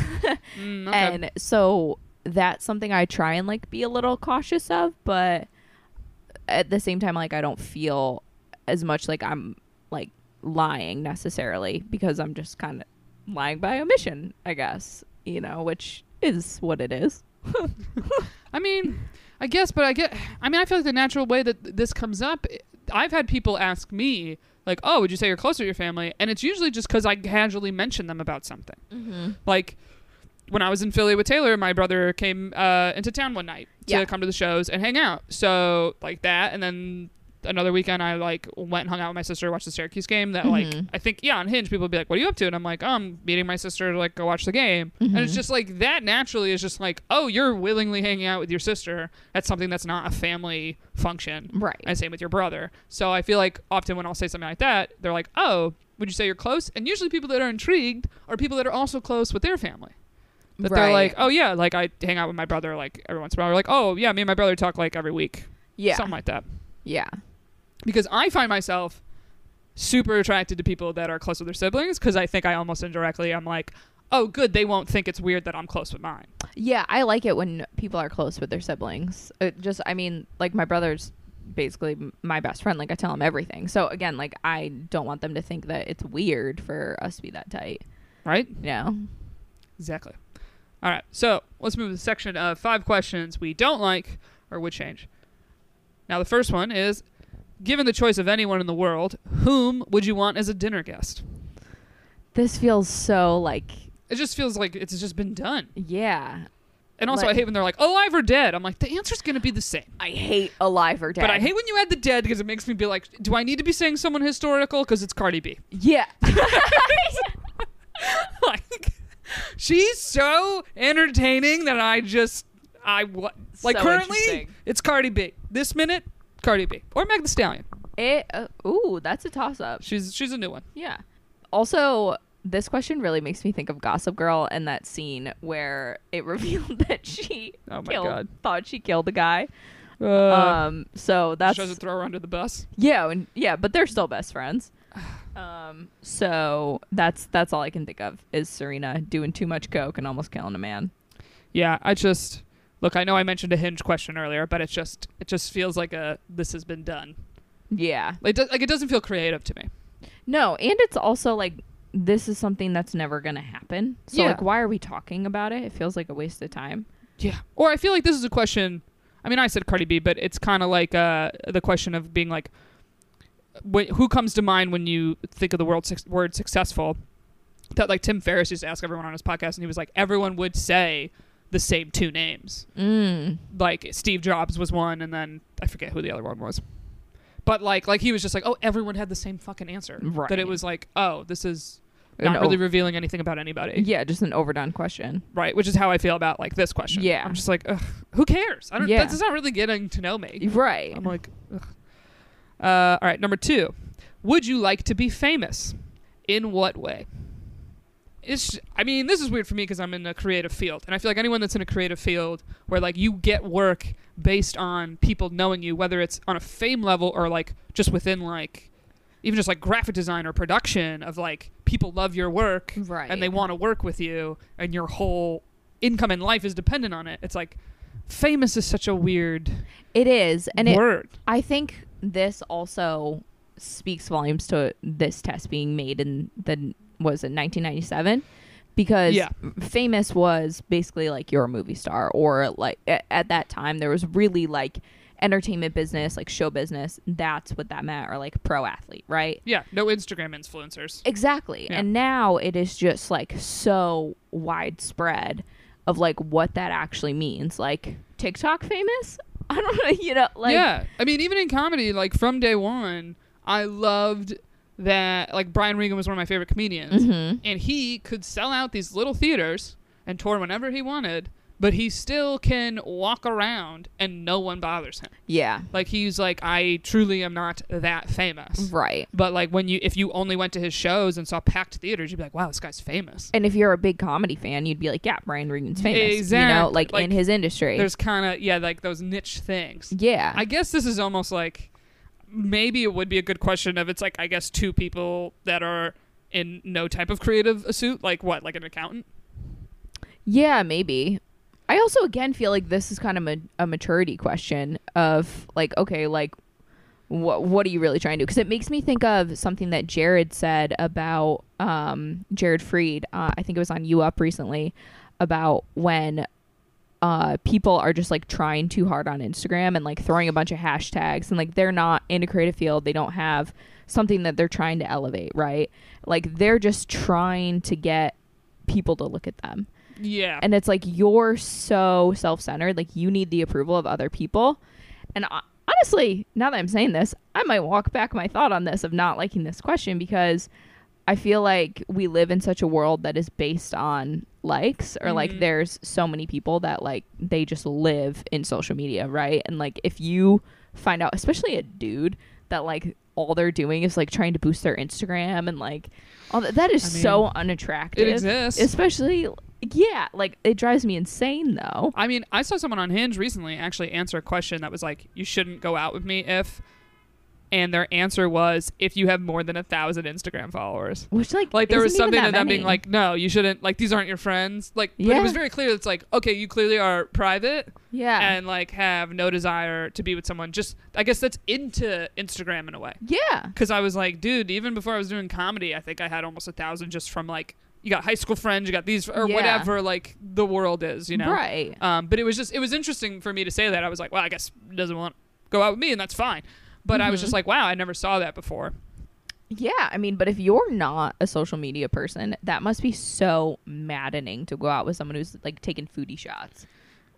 [SPEAKER 1] Mm, okay.
[SPEAKER 2] and so that's something I try and like be a little cautious of, but at the same time, like I don't feel as much like I'm like lying necessarily because I'm just kind of lying by omission, I guess, you know, which is what it is.
[SPEAKER 1] I mean, I guess, but I get. I mean, I feel like the natural way that th- this comes up. I've had people ask me like, "Oh, would you say you're close to your family?" And it's usually just because I casually mention them about something. Like when I was in Philly with Taylor, my brother came uh, into town one night to
[SPEAKER 2] Yeah.
[SPEAKER 1] come to the shows and hang out. So like that, and then another weekend I like went and hung out with my sister, watched the Syracuse game. That like I think yeah, on Hinge people would be like, "What are you up to?" And I'm like, oh, "I'm meeting my sister to like go watch the game." And it's just like that naturally is just like, "Oh, you're willingly hanging out with your sister at something that's not a family function."
[SPEAKER 2] Right.
[SPEAKER 1] And same with your brother. So I feel like often when I'll say something like that, they're like, "Oh." Would you say you're close? And usually, people that are intrigued are people that are also close with their family that they're
[SPEAKER 2] Right.
[SPEAKER 1] like, oh yeah, like I hang out with my brother like every once in a while. Or like, oh yeah, me and my brother talk like every week,
[SPEAKER 2] Yeah.
[SPEAKER 1] something like that.
[SPEAKER 2] yeah.
[SPEAKER 1] Because I find myself super attracted to people that are close with their siblings because I think I almost indirectly I'm like, oh good, they won't think it's weird that I'm close with mine.
[SPEAKER 2] Yeah, I like it when people are close with their siblings. It just, I mean, like my brother's basically m- my best friend. Like I tell him everything. So again, like I don't want them to think that it's weird for us to be that tight.
[SPEAKER 1] Right?
[SPEAKER 2] You know?
[SPEAKER 1] Exactly. All right, so let's move to the section of five questions we don't like or would change. Now the first one is, given the choice of anyone in the world, whom would you want as a dinner guest?
[SPEAKER 2] This feels so like,
[SPEAKER 1] It just feels like it's just been done.
[SPEAKER 2] yeah.
[SPEAKER 1] And also, I
[SPEAKER 2] Like-
[SPEAKER 1] hate when they're like alive or dead. I'm like, the answer's going to be the same.
[SPEAKER 2] I hate alive or dead.
[SPEAKER 1] But I hate when you add the dead because it makes me be like, do I need to be saying someone historical? Because it's Cardi B.
[SPEAKER 2] Yeah.
[SPEAKER 1] like, she's so entertaining that I just, I what? Like
[SPEAKER 2] So
[SPEAKER 1] currently,
[SPEAKER 2] interesting.
[SPEAKER 1] it's Cardi B. This minute, Cardi B or Meg The Stallion.
[SPEAKER 2] it, uh, ooh, that's a toss up.
[SPEAKER 1] She's she's a new one.
[SPEAKER 2] Yeah. Also, this question really makes me think of Gossip Girl and that scene where it revealed that she
[SPEAKER 1] Oh my
[SPEAKER 2] killed,
[SPEAKER 1] God.
[SPEAKER 2] thought she killed the guy.
[SPEAKER 1] Uh,
[SPEAKER 2] um. So
[SPEAKER 1] she
[SPEAKER 2] that's
[SPEAKER 1] tries to throw her under the bus.
[SPEAKER 2] yeah, and yeah, but they're still best friends. Um, so that's that's all I can think of is Serena doing too much coke and almost killing a man.
[SPEAKER 1] Yeah, I just look. I know I mentioned a hinge question earlier, but it just it just feels like a this has been done.
[SPEAKER 2] Yeah.
[SPEAKER 1] Like, do- like it doesn't feel creative to me.
[SPEAKER 2] No, and it's also like this is something that's never going to happen. So
[SPEAKER 1] Yeah.
[SPEAKER 2] like why are we talking about it? It feels like a waste of time.
[SPEAKER 1] Yeah. Or I feel like this is a question. I mean, I said Cardi B, but it's kind of like uh, the question of being like, wh- who comes to mind when you think of the world suc word successful? That like Tim Ferriss used to ask everyone on his podcast, and he was like, everyone would say the same two names.
[SPEAKER 2] Mm.
[SPEAKER 1] Like Steve Jobs was one, and then I forget who the other one was. But like, like he was just like, oh, everyone had the same fucking answer.
[SPEAKER 2] Right. oh.
[SPEAKER 1] That it was like, oh, this is
[SPEAKER 2] An
[SPEAKER 1] not really
[SPEAKER 2] ov-
[SPEAKER 1] revealing anything about anybody
[SPEAKER 2] yeah, just an overdone question.
[SPEAKER 1] right? Which is how I feel about like this question.
[SPEAKER 2] Yeah.
[SPEAKER 1] I'm just like, ugh, who cares? I don't.
[SPEAKER 2] Yeah.
[SPEAKER 1] That's it's not really getting to know me.
[SPEAKER 2] Right.
[SPEAKER 1] I'm like, ugh. Uh, all right. Number two, would you like to be famous? In what way? It's. I mean, this is weird for me because I'm in a creative field, and I feel like anyone that's in a creative field where like you get work based on people knowing you, whether it's on a fame level or like just within like. Even just like graphic design or production of like people love your work,
[SPEAKER 2] Right.
[SPEAKER 1] and they want to work with you and your whole income and life is dependent on it it's like famous is such a weird
[SPEAKER 2] It is, and it,
[SPEAKER 1] word
[SPEAKER 2] I think this also speaks volumes to this test being made in the was it 1997 because
[SPEAKER 1] Yeah.
[SPEAKER 2] famous was basically like you're a movie star or like at, at that time there was really like entertainment business like show business that's what that meant or like pro athlete right
[SPEAKER 1] yeah no instagram influencers
[SPEAKER 2] Exactly.
[SPEAKER 1] Yeah.
[SPEAKER 2] And now it is just like so widespread of like what that actually means. Like TikTok famous? I don't know, you know, like
[SPEAKER 1] yeah i mean even in comedy like from day one i loved that like brian regan was one of my favorite comedians
[SPEAKER 2] Mhm.
[SPEAKER 1] and he could sell out these little theaters and tour whenever he wanted but he still can walk around and no one bothers him
[SPEAKER 2] Yeah.
[SPEAKER 1] like he's like i truly am not that famous
[SPEAKER 2] Right.
[SPEAKER 1] But like when you, if you only went to his shows and saw packed theaters, you'd be like, "Wow, this guy's famous."
[SPEAKER 2] And if you're a big comedy fan, you'd be like, yeah, Brian Regan's famous. You know,
[SPEAKER 1] Exactly.
[SPEAKER 2] like,
[SPEAKER 1] Like,
[SPEAKER 2] in his industry.
[SPEAKER 1] There's kind of yeah, like those niche things.
[SPEAKER 2] yeah.
[SPEAKER 1] I guess this is almost like maybe it would be a good question if it's like I guess two people that are in no type of creative suit, like what, like an accountant?
[SPEAKER 2] yeah, maybe. I also again feel like this is kind of a, a maturity question of like, okay, like what what are you really trying to do? Because it makes me think of something that Jared said about um, Jared Freed. Uh, I think it was on You Up recently about when uh, people are just like trying too hard on Instagram and like throwing a bunch of hashtags and like they're not in a creative field. They don't have something that they're trying to elevate, right? Like they're just trying to get people to look at them
[SPEAKER 1] Yeah,
[SPEAKER 2] and it's like you're so self-centered like you need the approval of other people and uh, honestly now that i'm saying this i might walk back my thought on this of not liking this question because i feel like we live in such a world that is based on likes or like
[SPEAKER 1] Mhm.
[SPEAKER 2] there's so many people that like they just live in social media right and like if you find out especially a dude that like all they're doing is like trying to boost their instagram and like all that, that is
[SPEAKER 1] I mean,
[SPEAKER 2] so unattractive
[SPEAKER 1] it exists.
[SPEAKER 2] especially yeah like it drives me insane though
[SPEAKER 1] I mean, I saw someone on Hinge recently actually answer a question that was like, "You shouldn't go out with me if," and their answer was, "If you have more than a thousand Instagram followers."
[SPEAKER 2] which like
[SPEAKER 1] Like there was
[SPEAKER 2] isn't even
[SPEAKER 1] something
[SPEAKER 2] that
[SPEAKER 1] to them being
[SPEAKER 2] many.
[SPEAKER 1] like, no, you shouldn't. Like these aren't your friends. Like, but
[SPEAKER 2] Yeah.
[SPEAKER 1] it was very clear. It's like, okay, you clearly are private
[SPEAKER 2] yeah
[SPEAKER 1] and like have no desire to be with someone. Just I guess that's into Instagram in a way.
[SPEAKER 2] yeah
[SPEAKER 1] Because I was like, dude, even before I was doing comedy, I think I had almost a thousand just from like you got high school friends, you got these or
[SPEAKER 2] Yeah.
[SPEAKER 1] whatever. Like the world is, you know.
[SPEAKER 2] right
[SPEAKER 1] Um, but it was just it was interesting for me to say that. I was like, well, I guess he doesn't want to go out with me, and that's fine. But I was
[SPEAKER 2] Mhm.
[SPEAKER 1] just like, wow, I never saw that before.
[SPEAKER 2] yeah i mean but if you're not a social media person that must be so maddening to go out with someone who's like taking foodie shots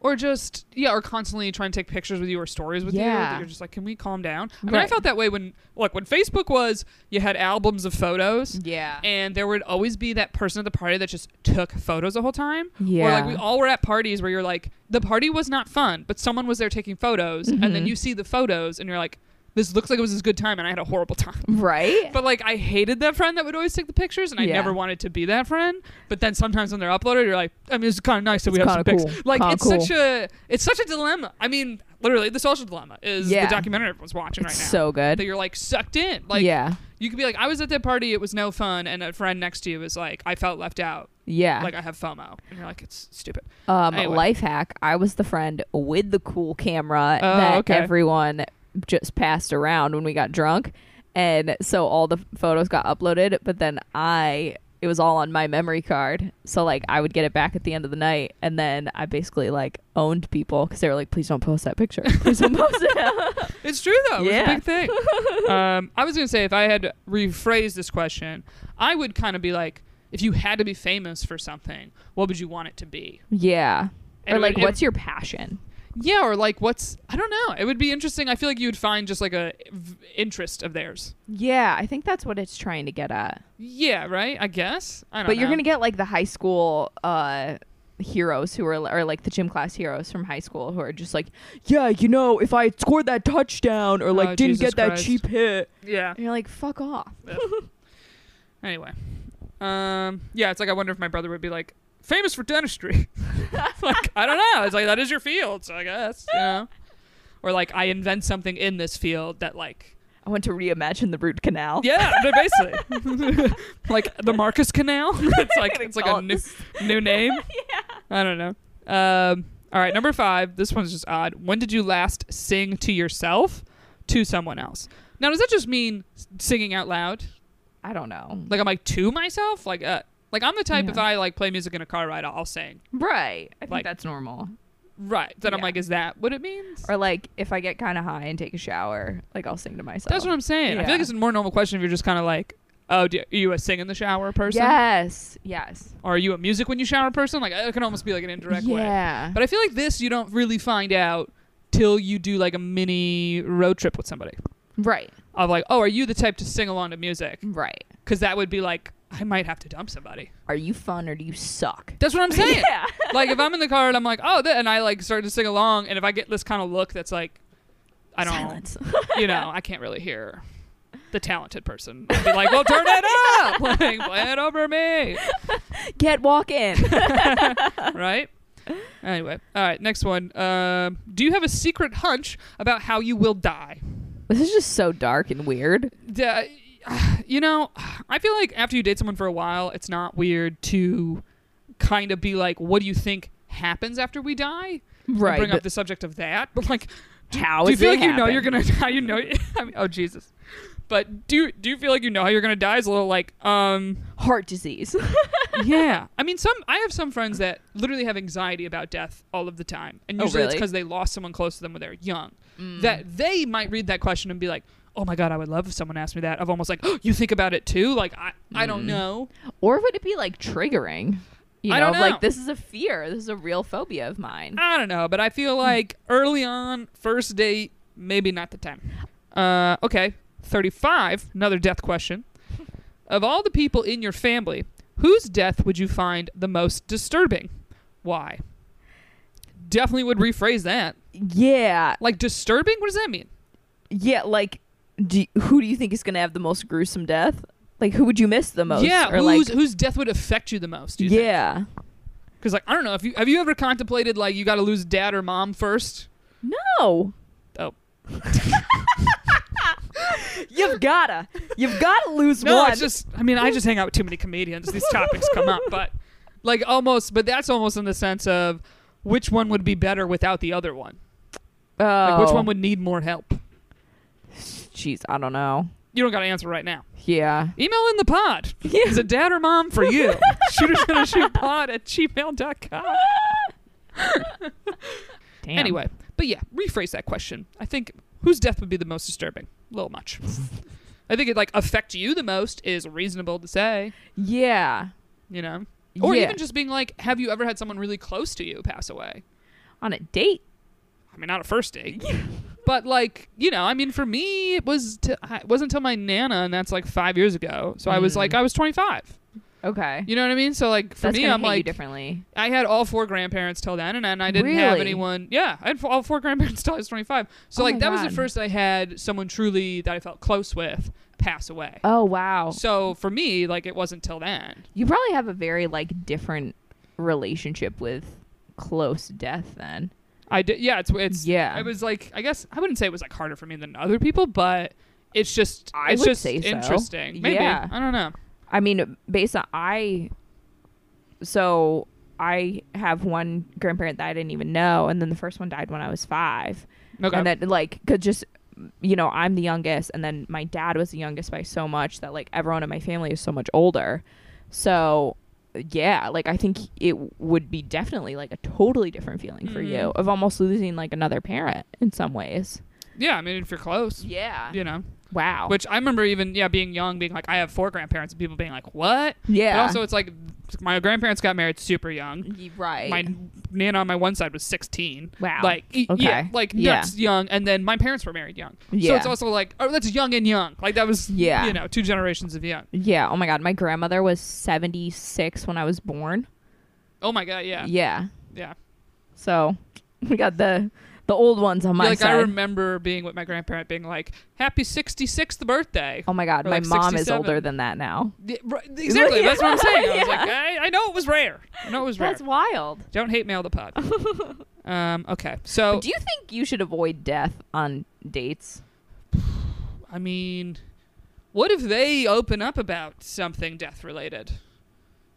[SPEAKER 1] or just yeah, or constantly trying to take pictures with you or stories with you.
[SPEAKER 2] Yeah.
[SPEAKER 1] That you're just like, can we calm down? I mean, I
[SPEAKER 2] Right.
[SPEAKER 1] felt that way when look when Facebook was, you had albums of photos,
[SPEAKER 2] yeah
[SPEAKER 1] and there would always be that person at the party that just took photos the whole time. Or
[SPEAKER 2] Yeah.
[SPEAKER 1] like we all were at parties where you're like, the party was not fun, but someone was there taking photos, and then
[SPEAKER 2] Mhm.
[SPEAKER 1] you see the photos, and you're like, this looks like it was a good time, and I had a horrible time.
[SPEAKER 2] right
[SPEAKER 1] But like I hated that friend that would always take the pictures, and I
[SPEAKER 2] Yeah.
[SPEAKER 1] never wanted to be that friend. But then sometimes when they're uploaded, you're like, I mean, it's kind of nice that we
[SPEAKER 2] It's
[SPEAKER 1] have some
[SPEAKER 2] kinda
[SPEAKER 1] pics.
[SPEAKER 2] cool.
[SPEAKER 1] Like
[SPEAKER 2] Kinda
[SPEAKER 1] it's such
[SPEAKER 2] cool.
[SPEAKER 1] a it's such a dilemma. I mean, literally the social dilemma is
[SPEAKER 2] Yeah.
[SPEAKER 1] the documentary everyone's watching
[SPEAKER 2] it's
[SPEAKER 1] right now.
[SPEAKER 2] so good
[SPEAKER 1] that you're like sucked in. Like
[SPEAKER 2] yeah
[SPEAKER 1] You could be like, I was at that party, it was no fun, and a friend next to you is like, I felt left out,
[SPEAKER 2] Yeah.
[SPEAKER 1] like I have FOMO, and you're like, it's stupid.
[SPEAKER 2] um,
[SPEAKER 1] anyway.
[SPEAKER 2] life hack. I was the friend with the cool camera
[SPEAKER 1] Oh,
[SPEAKER 2] that
[SPEAKER 1] okay.
[SPEAKER 2] everyone just passed around when we got drunk, and so all the photos got uploaded. But then I, it was all on my memory card, so like I would get it back at the end of the night, and then I basically like owned people because they were like, "Please don't post that picture. Please don't post it."
[SPEAKER 1] It's true though. It's
[SPEAKER 2] Yeah.
[SPEAKER 1] a big thing. um, I was gonna say if I had rephrased this question, I would kind of be like, if you had to be famous for something, what would you want it to be?
[SPEAKER 2] yeah.
[SPEAKER 1] And
[SPEAKER 2] or
[SPEAKER 1] it
[SPEAKER 2] like,
[SPEAKER 1] would- it-
[SPEAKER 2] what's your passion?
[SPEAKER 1] Yeah, or like what's I don't know. It would be interesting. I feel like you would find just like a v- interest of theirs.
[SPEAKER 2] Yeah, I think that's what it's trying to get at.
[SPEAKER 1] Yeah, right. I guess. I don't.
[SPEAKER 2] But you're
[SPEAKER 1] know.
[SPEAKER 2] gonna get like the high school uh heroes who are or like the gym class heroes from high school who are just like, Yeah, you know, if I had scored that touchdown or like
[SPEAKER 1] Oh,
[SPEAKER 2] didn't
[SPEAKER 1] Jesus
[SPEAKER 2] get that
[SPEAKER 1] Christ.
[SPEAKER 2] cheap hit
[SPEAKER 1] Yeah.
[SPEAKER 2] and you're like, fuck off.
[SPEAKER 1] Anyway. Um. Yeah. It's like I wonder if my brother would be like famous for dentistry. like I don't know. It's like that is your field, so I guess you know. Or like I invent something in this field that like
[SPEAKER 2] I want to reimagine the root canal.
[SPEAKER 1] Yeah, they're basically like the Marcus Canal. it's like
[SPEAKER 2] Gonna
[SPEAKER 1] it's like
[SPEAKER 2] call
[SPEAKER 1] a
[SPEAKER 2] it
[SPEAKER 1] new,
[SPEAKER 2] this.
[SPEAKER 1] new name. I don't know. Um, all right, number five. This one's just odd. When did you last sing to yourself, to someone else? Now, does that just mean s- singing out loud?
[SPEAKER 2] I don't know.
[SPEAKER 1] Like I'm like to myself. Like uh, like I'm the type
[SPEAKER 2] Yeah.
[SPEAKER 1] if I like play music in a car ride, I'll, I'll sing.
[SPEAKER 2] Right. I think
[SPEAKER 1] Like-
[SPEAKER 2] that's normal.
[SPEAKER 1] Right. Then I'm
[SPEAKER 2] Yeah.
[SPEAKER 1] like, is that what it means?
[SPEAKER 2] Or like if I get kinda high and take a shower, like I'll sing to myself.
[SPEAKER 1] That's what I'm saying. I feel like
[SPEAKER 2] Yeah.
[SPEAKER 1] it's a more normal question if you're just kind of like, oh, do, are you a sing in the shower person?
[SPEAKER 2] Yes. Yes.
[SPEAKER 1] Or are you a music when you shower person? Like it can almost be like an indirect way.
[SPEAKER 2] yeah.
[SPEAKER 1] But I feel like this you don't really find out till you do like a mini road trip with somebody.
[SPEAKER 2] Right.
[SPEAKER 1] Of like, oh, are you the type to sing along to music?
[SPEAKER 2] Right.
[SPEAKER 1] Because that would be like, I might have to dump somebody.
[SPEAKER 2] Are you fun or do you suck?
[SPEAKER 1] That's what I'm saying.
[SPEAKER 2] Yeah.
[SPEAKER 1] Like if I'm in the car and I'm like, oh, th-, and I like start to sing along, and if I get this kind of look that's like, I don't,
[SPEAKER 2] Silence.
[SPEAKER 1] you know, I can't really hear the talented person. I'd be like, well, turn it up, like play it over me,
[SPEAKER 2] Get walking.
[SPEAKER 1] right? Anyway, all right, next one. Um, do you have a secret hunch about how you will die?
[SPEAKER 2] This is just so dark and weird.
[SPEAKER 1] the, you know, I feel like after you date someone for a while, it's not weird to kind of be like, what do you think happens after we die? And
[SPEAKER 2] Right,
[SPEAKER 1] Bring up
[SPEAKER 2] but-
[SPEAKER 1] the subject of that. But like,
[SPEAKER 2] How
[SPEAKER 1] do you
[SPEAKER 2] does
[SPEAKER 1] feel
[SPEAKER 2] Oh, it
[SPEAKER 1] like you know you're
[SPEAKER 2] happen?
[SPEAKER 1] gonna die? You know, I mean, oh Jesus. But do you- do you feel like you know how you're gonna die? Is a little like, um,
[SPEAKER 2] heart disease?
[SPEAKER 1] yeah. I mean, some I have some friends that literally have anxiety about death all of the time, and
[SPEAKER 2] Oh,
[SPEAKER 1] usually it's
[SPEAKER 2] really? Mm.
[SPEAKER 1] because they lost someone close to them when they were young. That they might read that question and be like, "Oh my god, I would love if someone asked me that." Of almost like, oh, "You think about it too?" Like I, I
[SPEAKER 2] Mm.
[SPEAKER 1] don't know.
[SPEAKER 2] or would it be like triggering? You know,
[SPEAKER 1] I don't know.
[SPEAKER 2] like this is a fear. This is a real phobia of mine.
[SPEAKER 1] I don't know, but I feel
[SPEAKER 2] Hmm.
[SPEAKER 1] like early on, first date, maybe not the time. Uh, okay, 35, another death question. of all the people in your family, whose death would you find the most disturbing? Why? Definitely would rephrase that.
[SPEAKER 2] Yeah.
[SPEAKER 1] Like, disturbing? What does that mean?
[SPEAKER 2] Yeah, like do you- who do you think is going to have the most gruesome death? Like who would you miss the most?
[SPEAKER 1] yeah,
[SPEAKER 2] or
[SPEAKER 1] whose,
[SPEAKER 2] like
[SPEAKER 1] whose death would affect you the most? Do you
[SPEAKER 2] Yeah.
[SPEAKER 1] Because, like, I don't know. If you, have you ever contemplated, like, you got to lose dad or mom first?
[SPEAKER 2] No.
[SPEAKER 1] Oh.
[SPEAKER 2] You've got to. You've got to lose
[SPEAKER 1] No,
[SPEAKER 2] one.
[SPEAKER 1] it's just. I mean, I just hang out with too many comedians. These topics come up, but like almost. But that's almost in the sense of which one would be better without the other one.
[SPEAKER 2] oh.
[SPEAKER 1] Like which one would need more help.
[SPEAKER 2] Jeez, I don't know.
[SPEAKER 1] You don't got to answer right now.
[SPEAKER 2] Yeah.
[SPEAKER 1] Email in the pod.
[SPEAKER 2] Yeah.
[SPEAKER 1] Is it dad or mom for you? Shooters gonna shoot pod at gmail.com.
[SPEAKER 2] Damn.
[SPEAKER 1] Anyway, but yeah, rephrase that question. I think whose death would be the most disturbing? A little much. I think it like affect you the most is reasonable to say.
[SPEAKER 2] Yeah.
[SPEAKER 1] You know. Or
[SPEAKER 2] Yeah.
[SPEAKER 1] even just being like, have you ever had someone really close to you pass away?
[SPEAKER 2] on a date.
[SPEAKER 1] I mean, not a first date, but like, you know, I mean, for me, it was t- I- it wasn't until my nana, and that's like five years ago. So I was like, I was 25.
[SPEAKER 2] Okay.
[SPEAKER 1] You know what I mean? So like, for
[SPEAKER 2] Mm. That's
[SPEAKER 1] me,
[SPEAKER 2] gonna
[SPEAKER 1] I'm
[SPEAKER 2] hit you
[SPEAKER 1] like,
[SPEAKER 2] differently.
[SPEAKER 1] I had all four grandparents till then, and, and I didn't have
[SPEAKER 2] Really?
[SPEAKER 1] anyone. Yeah, I had f- all four grandparents till I was 25. So
[SPEAKER 2] Oh
[SPEAKER 1] like,
[SPEAKER 2] my
[SPEAKER 1] that was the
[SPEAKER 2] God.
[SPEAKER 1] first I had someone truly that I felt close with pass away.
[SPEAKER 2] Oh wow.
[SPEAKER 1] so for me, like, it wasn't till then.
[SPEAKER 2] You probably have a very like different relationship with close death then.
[SPEAKER 1] I did. Yeah, it's it's.
[SPEAKER 2] Yeah.
[SPEAKER 1] It was like I guess I wouldn't say it was like harder for me than other people, but It's just
[SPEAKER 2] I
[SPEAKER 1] it's
[SPEAKER 2] would
[SPEAKER 1] just
[SPEAKER 2] say so.
[SPEAKER 1] interesting. Maybe
[SPEAKER 2] Yeah.
[SPEAKER 1] I don't know.
[SPEAKER 2] I mean, based on I, so I have one grandparent that I didn't even know, and then the first one died when I was five,
[SPEAKER 1] Okay.
[SPEAKER 2] and that like could just, you know, I'm the youngest, and then my dad was the youngest by so much that like everyone in my family is so much older, so yeah, like I think it would be definitely like a totally different feeling for you of almost losing like another parent in some ways.
[SPEAKER 1] yeah, I mean if you're close,
[SPEAKER 2] Yeah. Oh.
[SPEAKER 1] you know.
[SPEAKER 2] Wow.
[SPEAKER 1] Which I remember even yeah being young, being like I have four grandparents, and people being like what?
[SPEAKER 2] yeah.
[SPEAKER 1] But also it's like my grandparents got married super young.
[SPEAKER 2] Y- right.
[SPEAKER 1] My nana on my one side was 16.
[SPEAKER 2] Wow.
[SPEAKER 1] Like, e-
[SPEAKER 2] Okay.
[SPEAKER 1] yeah, like
[SPEAKER 2] Yeah.
[SPEAKER 1] nuts young. And then my parents were married young. So
[SPEAKER 2] Yeah.
[SPEAKER 1] it's also like, oh, that's young and young. Like, that was,
[SPEAKER 2] Yeah.
[SPEAKER 1] you know, two generations of young.
[SPEAKER 2] Yeah. Oh my God. My grandmother was 76 when I was born.
[SPEAKER 1] Oh my God. Yeah.
[SPEAKER 2] Yeah.
[SPEAKER 1] Yeah. yeah.
[SPEAKER 2] So we got the the old ones on my
[SPEAKER 1] like,
[SPEAKER 2] side.
[SPEAKER 1] I remember being with my grandparent being like, happy 66th birthday.
[SPEAKER 2] oh my God.
[SPEAKER 1] Or
[SPEAKER 2] my
[SPEAKER 1] like
[SPEAKER 2] mom is
[SPEAKER 1] 67.
[SPEAKER 2] older than that now.
[SPEAKER 1] Yeah, right, Exactly.
[SPEAKER 2] Yeah.
[SPEAKER 1] That's what I'm saying. I was
[SPEAKER 2] Yeah.
[SPEAKER 1] like, I, I know it was rare. I know it was rare.
[SPEAKER 2] That's wild.
[SPEAKER 1] Don't hate mail the pod. um, okay. So,
[SPEAKER 2] Do you think you should avoid death on dates?
[SPEAKER 1] I mean, what if they open up about something death related?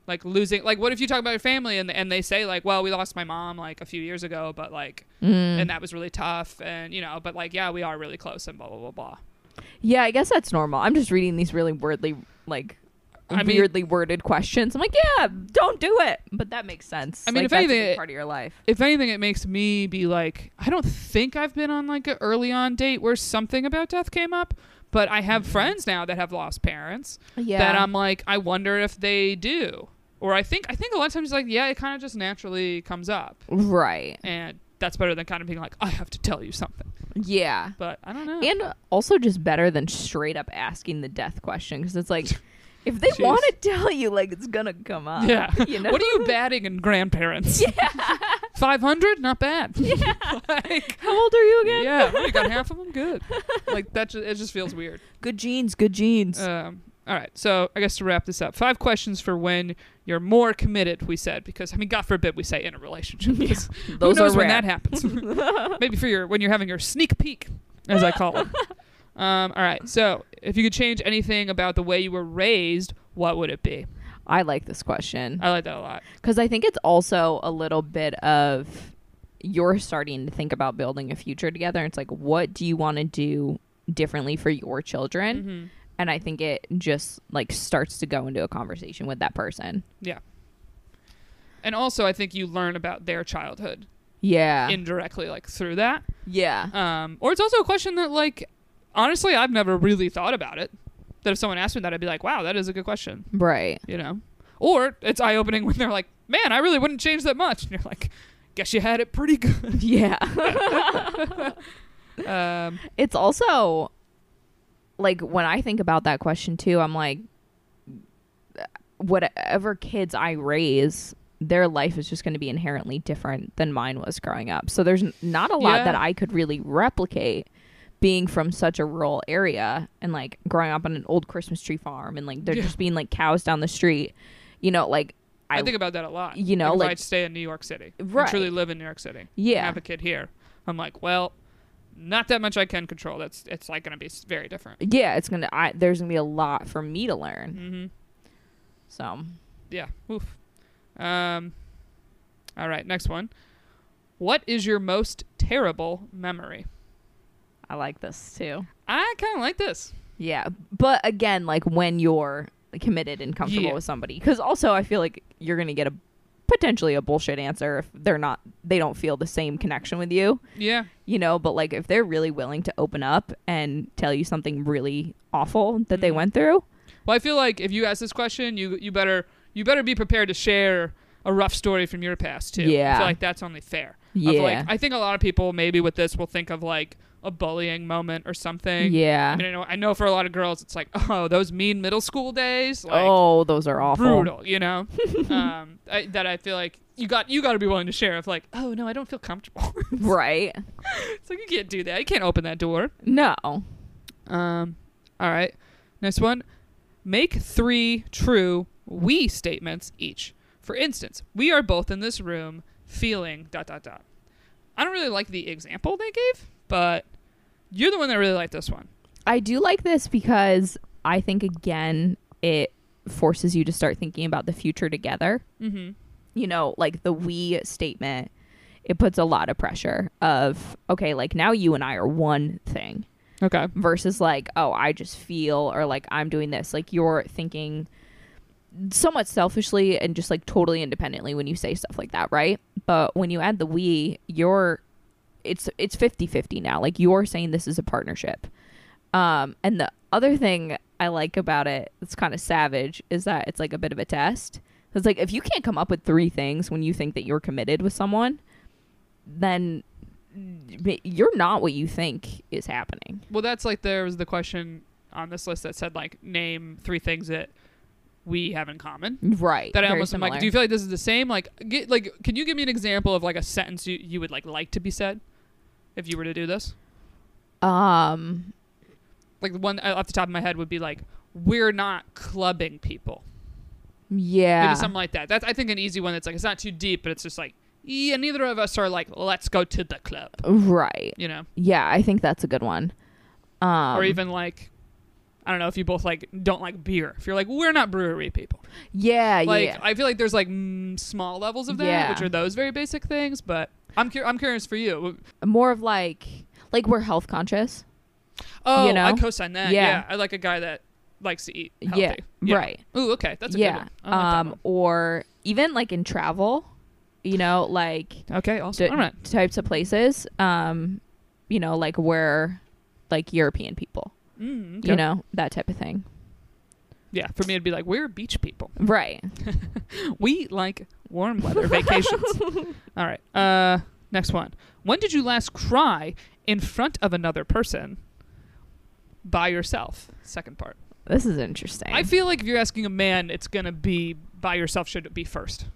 [SPEAKER 1] Like losing, like what if you talk about your family and and they say like, well, we lost my mom like a few years ago, but like,
[SPEAKER 2] Mm.
[SPEAKER 1] and that was really tough, and you know, but like, yeah, we are really close, and blah blah blah blah.
[SPEAKER 2] Yeah, I guess that's normal. I'm just reading these really weirdly, like,
[SPEAKER 1] I mean-
[SPEAKER 2] weirdly worded questions. I'm like, yeah, don't do it. But that makes sense.
[SPEAKER 1] I mean,
[SPEAKER 2] Like,
[SPEAKER 1] if
[SPEAKER 2] that's a
[SPEAKER 1] anything,
[SPEAKER 2] big
[SPEAKER 1] it-
[SPEAKER 2] part of your life.
[SPEAKER 1] If anything, it makes me be like, I don't think I've been on like an early on date where something about death came up, but I have friends now that have lost parents
[SPEAKER 2] Mm-hmm. Yeah.
[SPEAKER 1] that I'm like, I wonder if they do, or I think I think a lot of times like, yeah, it kind of just naturally comes up.
[SPEAKER 2] right.
[SPEAKER 1] and that's better than kind of being like i have to tell you something
[SPEAKER 2] Yeah.
[SPEAKER 1] but i don't know
[SPEAKER 2] and also just better than straight up asking the death question because it's like if they
[SPEAKER 1] Jeez.
[SPEAKER 2] want to tell you like it's gonna come up
[SPEAKER 1] yeah
[SPEAKER 2] uh, you know
[SPEAKER 1] what are you batting in grandparents 500 not bad like
[SPEAKER 2] how old are you again
[SPEAKER 1] yeah what, you got half of them good like that just, it just feels weird
[SPEAKER 2] good genes good genes
[SPEAKER 1] um all right so i guess to wrap this up five questions for when you're more committed we said because i mean god forbid we say in a relationship because
[SPEAKER 2] Those
[SPEAKER 1] who knows
[SPEAKER 2] are
[SPEAKER 1] when
[SPEAKER 2] rare.
[SPEAKER 1] that happens maybe for your when you're having your sneak peek as i call it um, all right so if you could change anything about the way you were raised what would it be
[SPEAKER 2] i like this question
[SPEAKER 1] i like that a lot
[SPEAKER 2] because i think it's also a little bit of you're starting to think about building a future together and it's like what do you want to do differently for your children and i think it just like starts to go into a conversation with that person
[SPEAKER 1] yeah and also i think you learn about their childhood
[SPEAKER 2] yeah
[SPEAKER 1] indirectly like through that
[SPEAKER 2] yeah
[SPEAKER 1] um, or it's also a question that like honestly i've never really thought about it that if someone asked me that i'd be like wow that is a good question
[SPEAKER 2] right
[SPEAKER 1] you know or it's eye-opening when they're like man i really wouldn't change that much and you're like guess you had it pretty good
[SPEAKER 2] yeah
[SPEAKER 1] um,
[SPEAKER 2] it's also like when I think about that question too, I'm like, whatever kids I raise, their life is just going to be inherently different than mine was growing up. So there's n- not a lot
[SPEAKER 1] Yeah.
[SPEAKER 2] that I could really replicate being from such a rural area and like growing up on an old Christmas tree farm and like there
[SPEAKER 1] Yeah.
[SPEAKER 2] just being like cows down the street, you know, like
[SPEAKER 1] I,
[SPEAKER 2] I,
[SPEAKER 1] think about that a lot.
[SPEAKER 2] you know,
[SPEAKER 1] Like, if
[SPEAKER 2] like-
[SPEAKER 1] I'd stay in New York City, and
[SPEAKER 2] Right.
[SPEAKER 1] truly live in New York City, and
[SPEAKER 2] Yeah.
[SPEAKER 1] have a kid here. I'm like, well, not that much I can control. That's it's like going to be s- very different.
[SPEAKER 2] yeah, it's going to, I, there's going to be a lot for me to learn.
[SPEAKER 1] Mm-hmm.
[SPEAKER 2] So
[SPEAKER 1] Yeah. Oof. Um. All right. Next one. What is your most terrible memory?
[SPEAKER 2] I like this too.
[SPEAKER 1] I kind of like this.
[SPEAKER 2] Yeah, but again, like when you're committed and comfortable
[SPEAKER 1] Yeah.
[SPEAKER 2] with somebody, because also I feel like you're gonna get a potentially a bullshit answer if they're not they don't feel the same connection with you,
[SPEAKER 1] Yeah.
[SPEAKER 2] you know. But like if they're really willing to open up and tell you something really awful that
[SPEAKER 1] Mm-hmm.
[SPEAKER 2] they went through,
[SPEAKER 1] Well, I feel like if you ask this question, you you better you better be prepared to share a rough story from your past too. I
[SPEAKER 2] Yeah.
[SPEAKER 1] feel like that's only fair. Of,
[SPEAKER 2] Yeah.
[SPEAKER 1] like, I think a lot of people maybe with this will think of like a bullying moment or something.
[SPEAKER 2] yeah.
[SPEAKER 1] I mean, I know I know for a lot of girls it's like, oh, those mean middle school days. Like,
[SPEAKER 2] oh, those are awful.
[SPEAKER 1] Brutal, you know, um, I, that I feel like you got you got to be willing to share. Of like, oh no, I don't feel comfortable.
[SPEAKER 2] Right?
[SPEAKER 1] it's like you can't do that. You can't open that door.
[SPEAKER 2] No.
[SPEAKER 1] Um, all right. Next one. Make three true we statements each. For instance, we are both in this room feeling dot dot dot. I don't really like the example they gave, but you're the one that really liked this one.
[SPEAKER 2] I do like this because I think again it forces you to start thinking about the future together.
[SPEAKER 1] Mm-hmm.
[SPEAKER 2] You know, like the we statement, it puts a lot of pressure of okay, like now you and I are one thing
[SPEAKER 1] Okay.
[SPEAKER 2] versus like oh, I just feel or like I'm doing this. Like you're thinking somewhat selfishly and just like totally independently when you say stuff like that, right? But when you add the we, you're it's it's 50-50 now. Like you're saying this is a partnership. Um and the other thing I like about it that's kind of savage is that it's like a bit of a test. It's like if you can't come up with three things when you think that you're committed with someone, then mm, you're not what you think is happening.
[SPEAKER 1] Well, that's like there was the question on this list that said like name three things that we have in common.
[SPEAKER 2] Right.
[SPEAKER 1] That I
[SPEAKER 2] Very
[SPEAKER 1] almost am like,
[SPEAKER 2] similar.
[SPEAKER 1] do you feel like this is the same? Like, get, like, can you give me an example of like a sentence you, you would like like to be said if you were to do this?
[SPEAKER 2] um
[SPEAKER 1] Like the one uh, off the top of my head would be like, we're not clubbing people.
[SPEAKER 2] Yeah.
[SPEAKER 1] Maybe something like that. That's I think an easy one. That's like it's not too deep, but it's just like yeah, neither of us are like let's go to the club.
[SPEAKER 2] right.
[SPEAKER 1] You know,
[SPEAKER 2] Yeah, I think that's a good one. Um,
[SPEAKER 1] or even like. I don't know if you both like don't like beer. If you're like we're not brewery people,
[SPEAKER 2] Uh, yeah,
[SPEAKER 1] like
[SPEAKER 2] yeah.
[SPEAKER 1] I feel like there's like mm, small levels of that,
[SPEAKER 2] Yeah.
[SPEAKER 1] which are those very basic things. But I'm cur- I'm curious for you.
[SPEAKER 2] More of like like we're health conscious.
[SPEAKER 1] Oh,
[SPEAKER 2] You know?
[SPEAKER 1] I co-sign that.
[SPEAKER 2] Yeah.
[SPEAKER 1] Yeah. I like a guy that likes to eat healthy.
[SPEAKER 2] Yeah, right.
[SPEAKER 1] Ooh, okay, that's a
[SPEAKER 2] yeah.
[SPEAKER 1] good one. I like that
[SPEAKER 2] um or even like in travel, you know, like
[SPEAKER 1] one. Okay, awesome.
[SPEAKER 2] d-
[SPEAKER 1] All right.
[SPEAKER 2] types of places um you know, like we're like European people,
[SPEAKER 1] Mm,
[SPEAKER 2] you
[SPEAKER 1] okay.
[SPEAKER 2] know, that type of thing.
[SPEAKER 1] Yeah, for me it'd be like we're beach people.
[SPEAKER 2] Right.
[SPEAKER 1] We like warm weather vacations. All right. Uh, next one. When did you last cry in front of another person by yourself? Second part.
[SPEAKER 2] This is interesting.
[SPEAKER 1] I feel like if you're asking a man, it's gonna be by yourself. Should be first.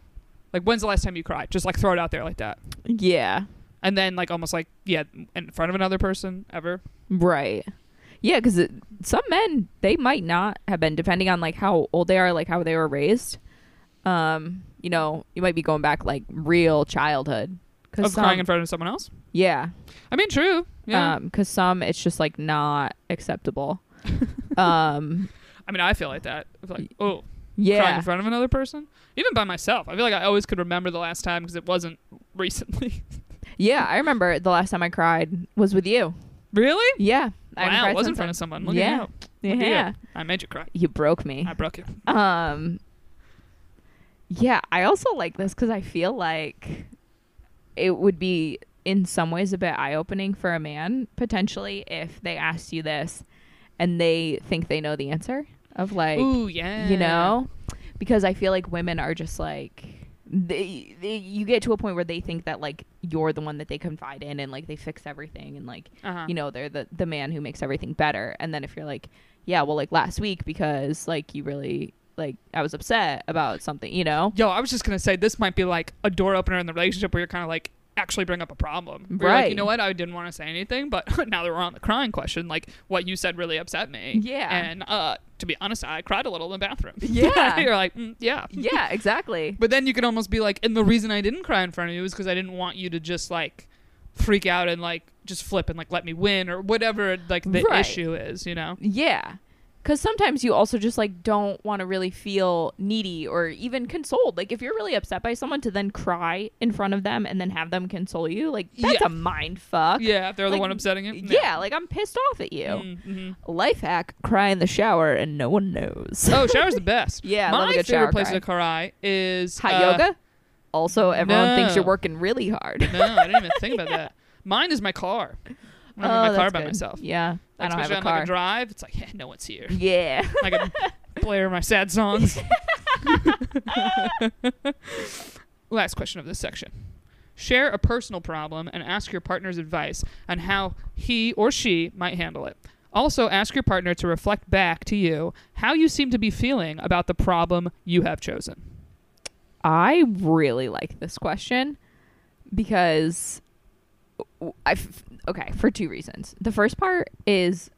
[SPEAKER 1] Like when's the last time you cried? Just like throw it out there like that,
[SPEAKER 2] yeah.
[SPEAKER 1] and then like almost like yeah, in front of another person ever.
[SPEAKER 2] Right. Yeah, because some men they might not have been, depending on like how old they are, like how they were raised. Um, you know, you might be going back like real childhood. Cause
[SPEAKER 1] Of
[SPEAKER 2] some,
[SPEAKER 1] crying in front of someone else.
[SPEAKER 2] yeah,
[SPEAKER 1] I mean, true. Yeah.
[SPEAKER 2] Um, 'cause because some it's just like not acceptable. um,
[SPEAKER 1] I mean, I feel like that. I feel like oh, crying
[SPEAKER 2] yeah,
[SPEAKER 1] in front of another person, even by myself. I feel like I always could remember the last time because it wasn't recently.
[SPEAKER 2] yeah. I remember the last time I cried was with you.
[SPEAKER 1] really?
[SPEAKER 2] Yeah, I haven't
[SPEAKER 1] Wow,
[SPEAKER 2] cried
[SPEAKER 1] it was in
[SPEAKER 2] since
[SPEAKER 1] front
[SPEAKER 2] then.
[SPEAKER 1] of someone. Look
[SPEAKER 2] Yeah.
[SPEAKER 1] yeah. at you. Look at you.
[SPEAKER 2] yeah,
[SPEAKER 1] I made you cry.
[SPEAKER 2] you broke me.
[SPEAKER 1] I broke you.
[SPEAKER 2] Um Yeah, I also like this cuz I feel like it would be in some ways a bit eye-opening for a man potentially if they asked you this and they think they know the answer of like,
[SPEAKER 1] Ooh, yeah.
[SPEAKER 2] you know, because I feel like women are just like they, they you get to a point where they think that like you're the one that they confide in and like they fix everything and like
[SPEAKER 1] Uh-huh.
[SPEAKER 2] you know they're the the man who makes everything better and then if you're like yeah well like last week because like you really like i was upset about something you know
[SPEAKER 1] Yo, I was just gonna say this might be like a door opener in the relationship where you're kind of like actually bring up a problem. Where you're Like,
[SPEAKER 2] Right.
[SPEAKER 1] you know what? I didn't want to say anything, but now that we're on the crying question, like what you said really upset me.
[SPEAKER 2] Yeah.
[SPEAKER 1] And uh, to be honest, I cried a little in the bathroom.
[SPEAKER 2] Yeah.
[SPEAKER 1] you're like, mm, yeah.
[SPEAKER 2] yeah exactly
[SPEAKER 1] But then you could almost be like, and the reason I didn't cry in front of you is because I didn't want you to just like freak out and like just flip and like let me win or whatever like the
[SPEAKER 2] Right.
[SPEAKER 1] issue is. You know.
[SPEAKER 2] yeah because sometimes you also just like don't want to really feel needy or even consoled like if you're really upset by someone to then cry in front of them and then have them console you like that's
[SPEAKER 1] Yeah.
[SPEAKER 2] a mind fuck
[SPEAKER 1] Yeah, if they're
[SPEAKER 2] Like,
[SPEAKER 1] the one upsetting it.
[SPEAKER 2] yeah. like i'm pissed off at you
[SPEAKER 1] Mm-hmm.
[SPEAKER 2] life hack cry in the shower and no one knows
[SPEAKER 1] Oh, shower's the best.
[SPEAKER 2] Yeah, I
[SPEAKER 1] my
[SPEAKER 2] love a good
[SPEAKER 1] favorite
[SPEAKER 2] shower
[SPEAKER 1] place
[SPEAKER 2] cry.
[SPEAKER 1] to cry is
[SPEAKER 2] hot
[SPEAKER 1] uh,
[SPEAKER 2] yoga also everyone thinks you're
[SPEAKER 1] no.
[SPEAKER 2] working really hard
[SPEAKER 1] No, I didn't even think about that. Mine is my car. I'm in my car by myself.
[SPEAKER 2] Oh, Yeah, I don't have
[SPEAKER 1] Especially
[SPEAKER 2] a
[SPEAKER 1] on like
[SPEAKER 2] car.
[SPEAKER 1] a drive. It's like, yeah, no one's here.
[SPEAKER 2] yeah,
[SPEAKER 1] I can blare my sad songs. Last question of this section. Share a personal problem and ask your partner's advice on how he or she might handle it. Also, ask your partner to reflect back to you how you seem to be feeling about the problem you have chosen.
[SPEAKER 2] I really like this question because I f- okay for two reasons. The first part is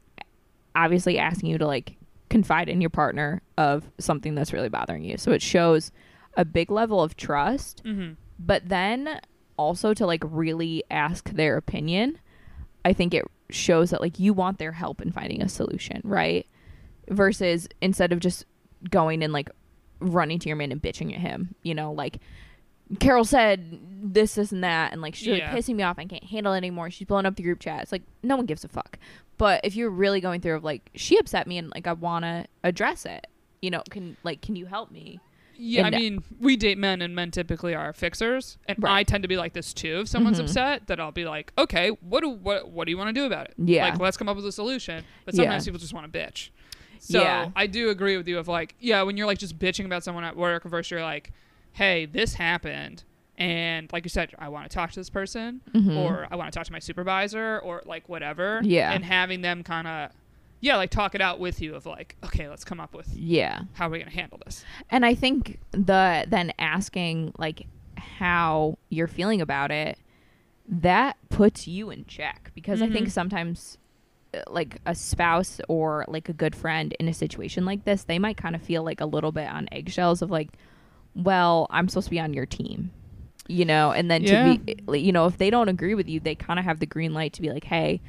[SPEAKER 2] obviously asking you to like confide in your partner of something that's really bothering you, so it shows a big level of trust
[SPEAKER 1] Mm-hmm.
[SPEAKER 2] but then also to like really ask their opinion i think it shows that like you want their help in finding a solution, right? Versus instead of just going and like running to your man and bitching at him, you know, like Carol said this, this, and that, and like she's really
[SPEAKER 1] Yeah.
[SPEAKER 2] pissing me off. I can't handle it anymore. She's blowing up the group chat. It's like no one gives a fuck. But if you're really going through of like she upset me and like I want to address it, you know, can like can you help me?
[SPEAKER 1] Yeah, I
[SPEAKER 2] And-
[SPEAKER 1] mean, we date men, and men typically are fixers, and
[SPEAKER 2] Right. Mm-hmm.
[SPEAKER 1] I tend to be like this too. If someone's upset, that I'll be like, okay, what do what what do you want to do about it?
[SPEAKER 2] Yeah.
[SPEAKER 1] like let's come up with a solution. But
[SPEAKER 2] Yeah.
[SPEAKER 1] sometimes people just want to bitch. So
[SPEAKER 2] Yeah.
[SPEAKER 1] I do agree with you of like, yeah, when you're like just bitching about someone at work versus you're like, hey, this happened. And like you said, I want to talk to this person or I want to talk to my supervisor or like whatever.
[SPEAKER 2] Mm-hmm. Yeah.
[SPEAKER 1] And having them kind of, yeah, like talk it out with you of like, okay, let's come up with
[SPEAKER 2] Yeah.
[SPEAKER 1] how are we going to handle this?
[SPEAKER 2] And I think the then asking like how you're feeling about it that puts you in check because I think sometimes uh, like a spouse or like a good friend in a situation like this, they might kind of feel like a little bit on eggshells of like, well, I'm supposed to be on your team. You know, and then
[SPEAKER 1] Yeah.
[SPEAKER 2] to be eh, like, you know, if they don't agree with you, they kind of have the green light to be like, "Hey,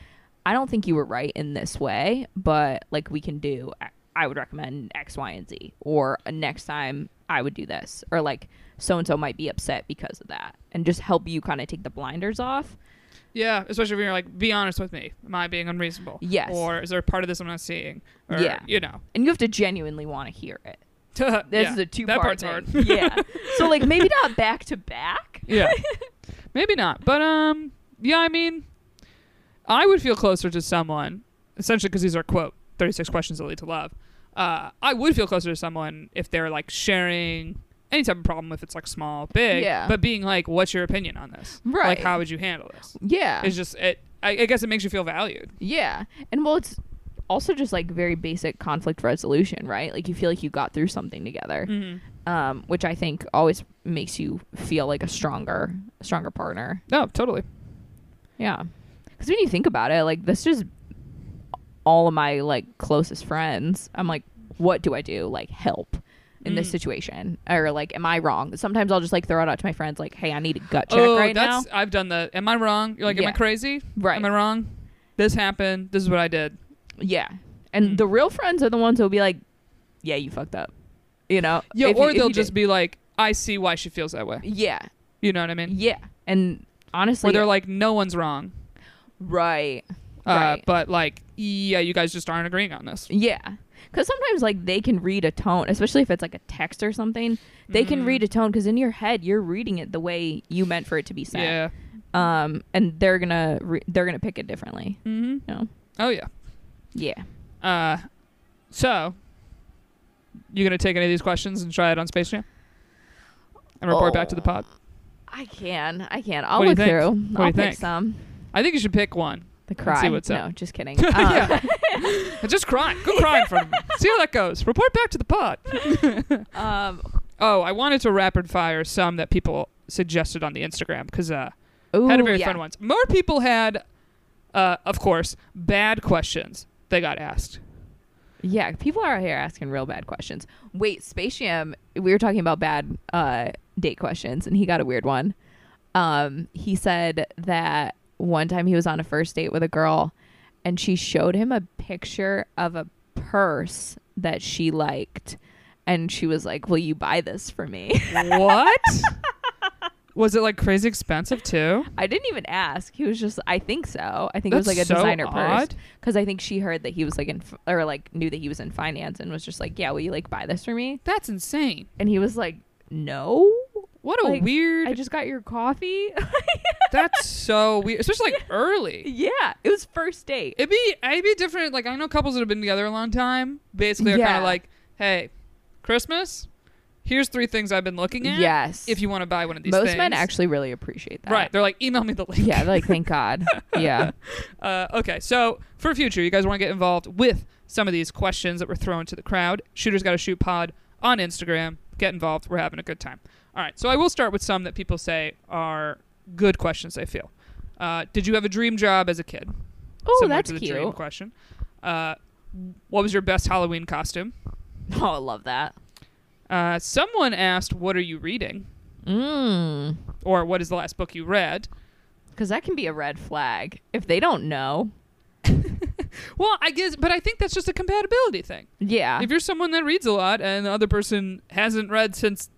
[SPEAKER 2] I don't think you were right in this way, but like we can do I would recommend X, Y, and Z or next time I would do this or like so and so might be upset because of that." And just help you kind of take the blinders off.
[SPEAKER 1] Yeah, especially when you're like, be honest with me. Am I being unreasonable?
[SPEAKER 2] Yes.
[SPEAKER 1] Or is there a part of this I'm not seeing? Or,
[SPEAKER 2] Yeah.
[SPEAKER 1] You know,
[SPEAKER 2] and you have to genuinely want to hear it.
[SPEAKER 1] this
[SPEAKER 2] This is a two
[SPEAKER 1] That
[SPEAKER 2] part
[SPEAKER 1] part's hard.
[SPEAKER 2] yeah. So like maybe not back to back.
[SPEAKER 1] yeah. Maybe not. But, um, yeah, I mean, I would feel closer to someone, essentially because these are, quote, 36 questions that lead to love. Uh, I would feel closer to someone if they're like sharing any type of problem, if it's like small, big,
[SPEAKER 2] Yeah.
[SPEAKER 1] but being like, what's your opinion on this?
[SPEAKER 2] Right.
[SPEAKER 1] Like, how would you handle this?
[SPEAKER 2] Yeah.
[SPEAKER 1] It's just, it, I, I guess it makes you feel valued.
[SPEAKER 2] Yeah. And well it's also just like very basic conflict resolution, right? Like you feel like you got through something together. Um, which I think always makes you feel like a stronger stronger partner.
[SPEAKER 1] No, totally.
[SPEAKER 2] Yeah. Cuz when you think about it, like this just all of my like closest friends. I'm like what do I do? Like help in this situation or like am I wrong? Sometimes I'll just like throw it out to my friends like, "Hey, I need a gut check right
[SPEAKER 1] Oh,
[SPEAKER 2] now."
[SPEAKER 1] that's I've done the. Am I wrong? You're like, am
[SPEAKER 2] Yeah.
[SPEAKER 1] I crazy?
[SPEAKER 2] Right.
[SPEAKER 1] Am I wrong? This happened. This is what I did.
[SPEAKER 2] Yeah. And
[SPEAKER 1] Mm.
[SPEAKER 2] the real friends are the ones who'll be like, yeah, you fucked up. You know?
[SPEAKER 1] Yeah.
[SPEAKER 2] If you-
[SPEAKER 1] or
[SPEAKER 2] if
[SPEAKER 1] they'll
[SPEAKER 2] you
[SPEAKER 1] just
[SPEAKER 2] did-
[SPEAKER 1] be like, I see why she feels that way.
[SPEAKER 2] Yeah.
[SPEAKER 1] You know what I mean?
[SPEAKER 2] Yeah. And honestly,
[SPEAKER 1] Where they're like, no one's wrong.
[SPEAKER 2] right.
[SPEAKER 1] Uh,
[SPEAKER 2] right.
[SPEAKER 1] But like, yeah, you guys just aren't agreeing on this.
[SPEAKER 2] yeah. Because sometimes, like, they can read a tone, especially if it's like a text or something. They
[SPEAKER 1] Mm-hmm.
[SPEAKER 2] can read a tone because in your head, you're reading it the way you meant for it to be said.
[SPEAKER 1] Yeah.
[SPEAKER 2] Um, and they're gonna re- they're gonna pick it differently.
[SPEAKER 1] Mm-hmm.
[SPEAKER 2] You know?
[SPEAKER 1] Oh yeah.
[SPEAKER 2] Yeah.
[SPEAKER 1] Uh, so you gonna take any of these questions and try it on Space Jam? And report back to the
[SPEAKER 2] Oh.
[SPEAKER 1] pod.
[SPEAKER 2] I can. I can. I'll
[SPEAKER 1] What do you
[SPEAKER 2] look
[SPEAKER 1] think?
[SPEAKER 2] through.
[SPEAKER 1] What do
[SPEAKER 2] I'll
[SPEAKER 1] you
[SPEAKER 2] pick
[SPEAKER 1] think?
[SPEAKER 2] some.
[SPEAKER 1] I think you should pick one.
[SPEAKER 2] The
[SPEAKER 1] see
[SPEAKER 2] cry.
[SPEAKER 1] what's
[SPEAKER 2] no,
[SPEAKER 1] up.
[SPEAKER 2] just kidding. Uh,
[SPEAKER 1] yeah. Just cry. Go cry in front of me. See how that goes. Report back to the pod.
[SPEAKER 2] Um.
[SPEAKER 1] Oh, I wanted to rapid fire some that people suggested on the Instagram because uh,
[SPEAKER 2] Ooh,
[SPEAKER 1] had a very
[SPEAKER 2] yeah.
[SPEAKER 1] fun ones. More people had, uh, of course, bad questions they got asked.
[SPEAKER 2] Yeah, people are out here asking real bad questions. Wait, Space Jam, we were talking about bad uh, date questions, and he got a weird one. Um, he said that one time he was on a first date with a girl, and she showed him a picture of a purse that she liked, and she was like, "Will you buy this for me?"
[SPEAKER 1] What? Was it like crazy expensive too?
[SPEAKER 2] I didn't even ask. He was just, I think so. I think
[SPEAKER 1] That's
[SPEAKER 2] it was like a
[SPEAKER 1] so
[SPEAKER 2] designer purse
[SPEAKER 1] odd.
[SPEAKER 2] because I think she heard that he was like in f- or like knew that he was in finance and was just like, "Yeah, will you like buy this for me?"
[SPEAKER 1] That's insane.
[SPEAKER 2] And he was like, No.
[SPEAKER 1] What a
[SPEAKER 2] Like,
[SPEAKER 1] weird.
[SPEAKER 2] I just got your coffee.
[SPEAKER 1] that's so weird, especially like early.
[SPEAKER 2] yeah. It was first date.
[SPEAKER 1] It'd be it'd be different. Like I know couples that have been together a long time. Basically, are kind
[SPEAKER 2] Yeah.
[SPEAKER 1] of like, hey, Christmas. Here's three things I've been looking at.
[SPEAKER 2] Yes.
[SPEAKER 1] If you want to buy one of these,
[SPEAKER 2] Most men
[SPEAKER 1] things."
[SPEAKER 2] actually really appreciate that.
[SPEAKER 1] Right. They're like, email me the link.
[SPEAKER 2] Yeah, they're like, thank God. Yeah.
[SPEAKER 1] Uh, okay. So for future, you guys want to get involved with some of these questions that were thrown to the crowd. Shooters got to shoot pod on Instagram. Get involved. We're having a good time. All right. So I will start with some that people say are good questions. I feel. Uh, did you have a dream job as a kid?
[SPEAKER 2] Oh,
[SPEAKER 1] Similar
[SPEAKER 2] that's
[SPEAKER 1] to the
[SPEAKER 2] cute.
[SPEAKER 1] Dream
[SPEAKER 2] Oh,
[SPEAKER 1] question. Uh, what was your best Halloween costume?
[SPEAKER 2] Oh, I love that.
[SPEAKER 1] Uh, someone asked, "What are you reading?"
[SPEAKER 2] Mm.
[SPEAKER 1] or "What is the last book you read?"
[SPEAKER 2] Because that can be a red flag. If they don't know,
[SPEAKER 1] Well, I guess, but I think that's just a compatibility thing.
[SPEAKER 2] Yeah.
[SPEAKER 1] If you're someone that reads a lot and the other person hasn't read since,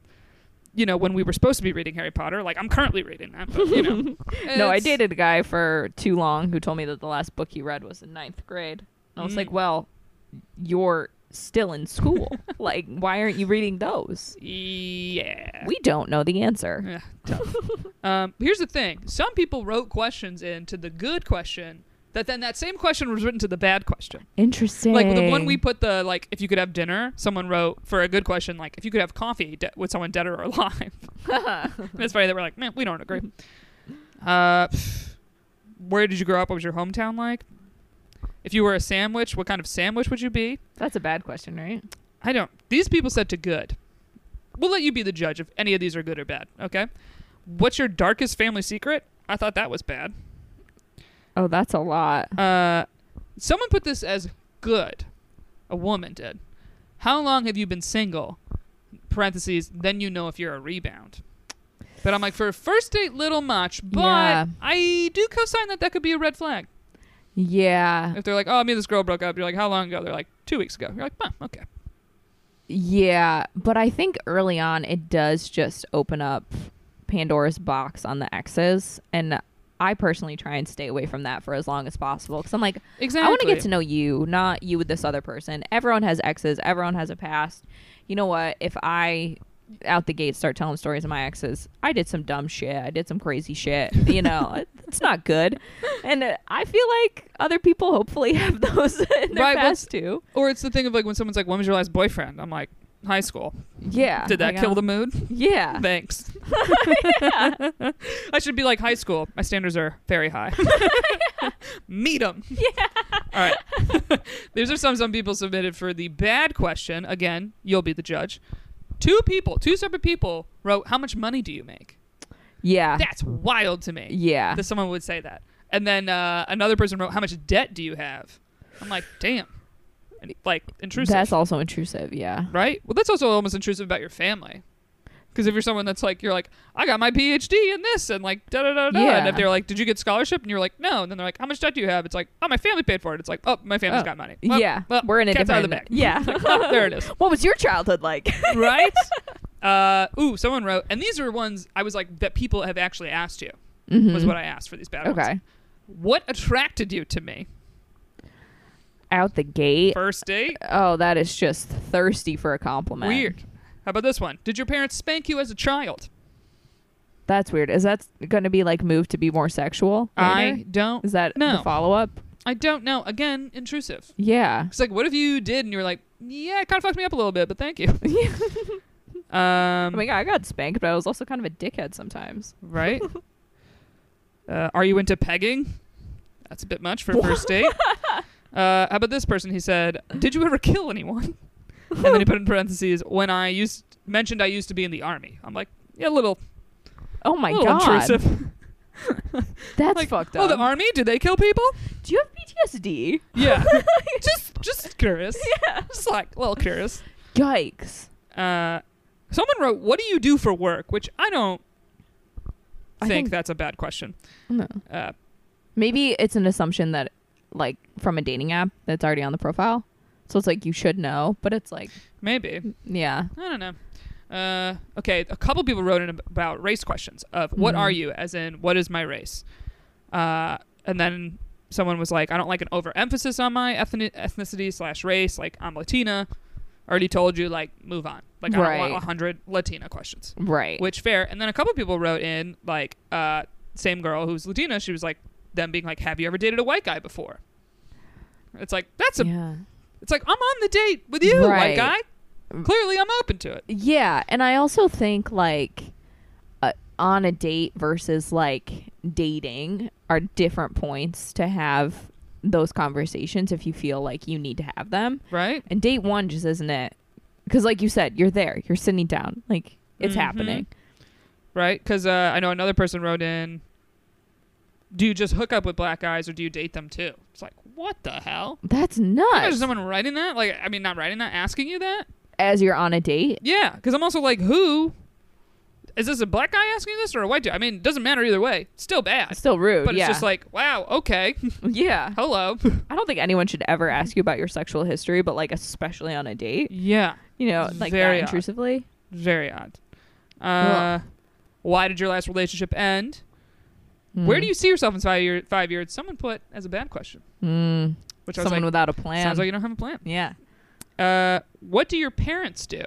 [SPEAKER 1] you know, when we were supposed to be reading Harry Potter, like I'm currently reading that, but you know.
[SPEAKER 2] no, I
[SPEAKER 1] it's-
[SPEAKER 2] dated a guy for too long who told me that the last book he read was in ninth grade. I was
[SPEAKER 1] Mm.
[SPEAKER 2] like, well, you're still in school. like, why aren't you reading those?
[SPEAKER 1] Yeah.
[SPEAKER 2] We don't know the answer.
[SPEAKER 1] Yeah, tough. um, here's the thing: some people wrote questions in to the good question, that then that same question was written to the bad question.
[SPEAKER 2] Interesting.
[SPEAKER 1] Like the one we
[SPEAKER 2] Mm.
[SPEAKER 1] put the like, if you could have dinner, someone wrote for a good question like, if you could have coffee de- with someone dead or alive. That's funny that we're like, man, we don't agree. Uh, pff, where did you grow up? What was your hometown like? If you were a sandwich, what kind of sandwich would you be?
[SPEAKER 2] That's a bad question, right?
[SPEAKER 1] I don't. These people said to good. We'll let you be the judge if any of these are good or bad. Okay. What's your darkest family secret? I thought that was bad.
[SPEAKER 2] Oh, that's a lot.
[SPEAKER 1] Uh, someone put this as good. A woman did. How long have you been single? Parentheses. Then you know if you're a rebound. But I'm like for a first date, little much. But
[SPEAKER 2] Yeah.
[SPEAKER 1] I do co-sign that that could be a red flag.
[SPEAKER 2] Yeah.
[SPEAKER 1] If they're like, "Oh, me and this girl broke up," you're like, "How long ago?" They're like, two weeks ago." You're like, "Huh, okay."
[SPEAKER 2] Yeah, but I think early on it does just open up Pandora's box on the exes and I personally try and stay away from that for as long as possible because I'm like,
[SPEAKER 1] Exactly.
[SPEAKER 2] I want to get to know you, not you with this other person. Everyone has exes. Everyone has a past. You know what? If I out the gate start telling stories of my exes, I did some dumb shit. I did some crazy shit. You know, it's not good. And uh, I feel like other people hopefully have those in their
[SPEAKER 1] Right, but-
[SPEAKER 2] past too.
[SPEAKER 1] Or it's the thing of like when someone's like, "When was your last boyfriend?" I'm like, "High school."
[SPEAKER 2] Yeah.
[SPEAKER 1] Did that
[SPEAKER 2] like,
[SPEAKER 1] kill
[SPEAKER 2] uh,
[SPEAKER 1] the mood?
[SPEAKER 2] Yeah.
[SPEAKER 1] Thanks. I should be like high school. My standards are very high. Meet them. Yeah. All right. These are some some people submitted for the bad question. Again, you'll be the judge. Two people, two separate people wrote, "How much money do you make?"
[SPEAKER 2] Yeah.
[SPEAKER 1] That's wild to me.
[SPEAKER 2] yeah.
[SPEAKER 1] That someone would say that. And then uh, another person wrote, "How much debt do you have?" I'm like, "Damn." And, like intrusive.
[SPEAKER 2] That's also intrusive. Yeah.
[SPEAKER 1] right? Well, that's also almost intrusive about your family. Because if you're someone that's like, you're like, I got my PhD in this, and like, da da da da. And
[SPEAKER 2] Yeah.
[SPEAKER 1] if they're like, did you get scholarship? And you're like, no. And then they're like, how much debt do you have? It's like, oh, my family paid for it. It's like, oh, my family's
[SPEAKER 2] Oh,
[SPEAKER 1] got money. Well,
[SPEAKER 2] yeah.
[SPEAKER 1] well,
[SPEAKER 2] We're in a
[SPEAKER 1] cat's out of the
[SPEAKER 2] different
[SPEAKER 1] bag.
[SPEAKER 2] Yeah.
[SPEAKER 1] Oh, there it is.
[SPEAKER 2] what was your childhood like?
[SPEAKER 1] Right? uh, ooh, someone wrote, and these are ones I was like, that people have actually asked you, was what I asked for these bad ones.
[SPEAKER 2] Mm-hmm. Okay.
[SPEAKER 1] What attracted you to me?
[SPEAKER 2] Out the gate.
[SPEAKER 1] First date?
[SPEAKER 2] Oh, that is just thirsty for a compliment.
[SPEAKER 1] Weird. How about this one? Did your parents spank you as a child?
[SPEAKER 2] That's weird. Is that going to be like moved to be more sexual?
[SPEAKER 1] I
[SPEAKER 2] later?
[SPEAKER 1] don't.
[SPEAKER 2] Is that
[SPEAKER 1] no.
[SPEAKER 2] the follow up?
[SPEAKER 1] I don't know. Again, intrusive.
[SPEAKER 2] Yeah.
[SPEAKER 1] It's like, what if you did and you were like, yeah, it kind of fucked me up a little bit, but thank you. um,
[SPEAKER 2] Oh my god, I got spanked, but I was also kind of a dickhead sometimes.
[SPEAKER 1] right? Uh, are you into pegging? That's a bit much for a first date. Uh, how about this person? He said, "Did you ever kill anyone?" And then he put in parentheses, "When I used mentioned I used to be in the army." I'm like, "Yeah, a little,
[SPEAKER 2] Oh my
[SPEAKER 1] little
[SPEAKER 2] god,
[SPEAKER 1] intrusive."
[SPEAKER 2] that's
[SPEAKER 1] like,
[SPEAKER 2] fucked
[SPEAKER 1] Oh,
[SPEAKER 2] up.
[SPEAKER 1] the army? Do they kill people?
[SPEAKER 2] Do you have PTSD?
[SPEAKER 1] Yeah, just just curious. Yeah, just like a little curious.
[SPEAKER 2] Yikes!
[SPEAKER 1] Uh, someone wrote, "What do you do for work?" Which I don't
[SPEAKER 2] I
[SPEAKER 1] think,
[SPEAKER 2] think-
[SPEAKER 1] that's a bad question.
[SPEAKER 2] No.
[SPEAKER 1] Uh,
[SPEAKER 2] Maybe it's an assumption that, like, from a dating app that's already on the profile. So it's like you should know, but it's like,
[SPEAKER 1] maybe
[SPEAKER 2] yeah,
[SPEAKER 1] I don't know. Uh, okay, a couple people wrote in ab- about race questions of what
[SPEAKER 2] Mhm.
[SPEAKER 1] are you, as in what is my race, uh, and then someone was like, "I don't like an overemphasis on my ethni- ethnicity slash race. Like I'm Latina. Already told you, like move on. Like I don't
[SPEAKER 2] Right.
[SPEAKER 1] want hundred Latina questions."
[SPEAKER 2] right.
[SPEAKER 1] which fair and then a couple people wrote in like uh same girl who's latina she was like them being like have you ever dated a white guy before it's like that's a
[SPEAKER 2] yeah.
[SPEAKER 1] it's like i'm on the date with you white
[SPEAKER 2] Right. Mm.
[SPEAKER 1] guy clearly i'm open to it
[SPEAKER 2] Yeah, and I also think like uh, on a date versus like dating are different points to have those conversations if you feel like you need to have them.
[SPEAKER 1] right
[SPEAKER 2] And date one just isn't it because, like you said, you're there, you're sitting down, like it's
[SPEAKER 1] Mhm.
[SPEAKER 2] happening.
[SPEAKER 1] right because uh, i know another person wrote in do you just hook up with black guys or do you date them too it's like what the hell
[SPEAKER 2] That's
[SPEAKER 1] Imagine
[SPEAKER 2] nuts.
[SPEAKER 1] someone writing that like i mean not writing that asking you that
[SPEAKER 2] As you're on a date,
[SPEAKER 1] yeah because i'm also like who is this a black guy asking this or a white dude? I mean, it doesn't matter either way. It's still bad.
[SPEAKER 2] Still rude.
[SPEAKER 1] But
[SPEAKER 2] yeah.
[SPEAKER 1] it's just like, wow, okay.
[SPEAKER 2] yeah.
[SPEAKER 1] Hello.
[SPEAKER 2] I don't think anyone should ever ask you about your sexual history, but like especially on a date,
[SPEAKER 1] yeah.
[SPEAKER 2] you know, like
[SPEAKER 1] Very
[SPEAKER 2] that
[SPEAKER 1] odd.
[SPEAKER 2] intrusively.
[SPEAKER 1] Very odd. Uh, why did your last relationship end? Where
[SPEAKER 2] Hmm.
[SPEAKER 1] do you see yourself in five, year, five years? Someone put as a bad question,
[SPEAKER 2] Mm.
[SPEAKER 1] which I was
[SPEAKER 2] Someone
[SPEAKER 1] like,
[SPEAKER 2] without a plan.
[SPEAKER 1] sounds like you don't have a plan.
[SPEAKER 2] yeah.
[SPEAKER 1] Uh, what do your parents do?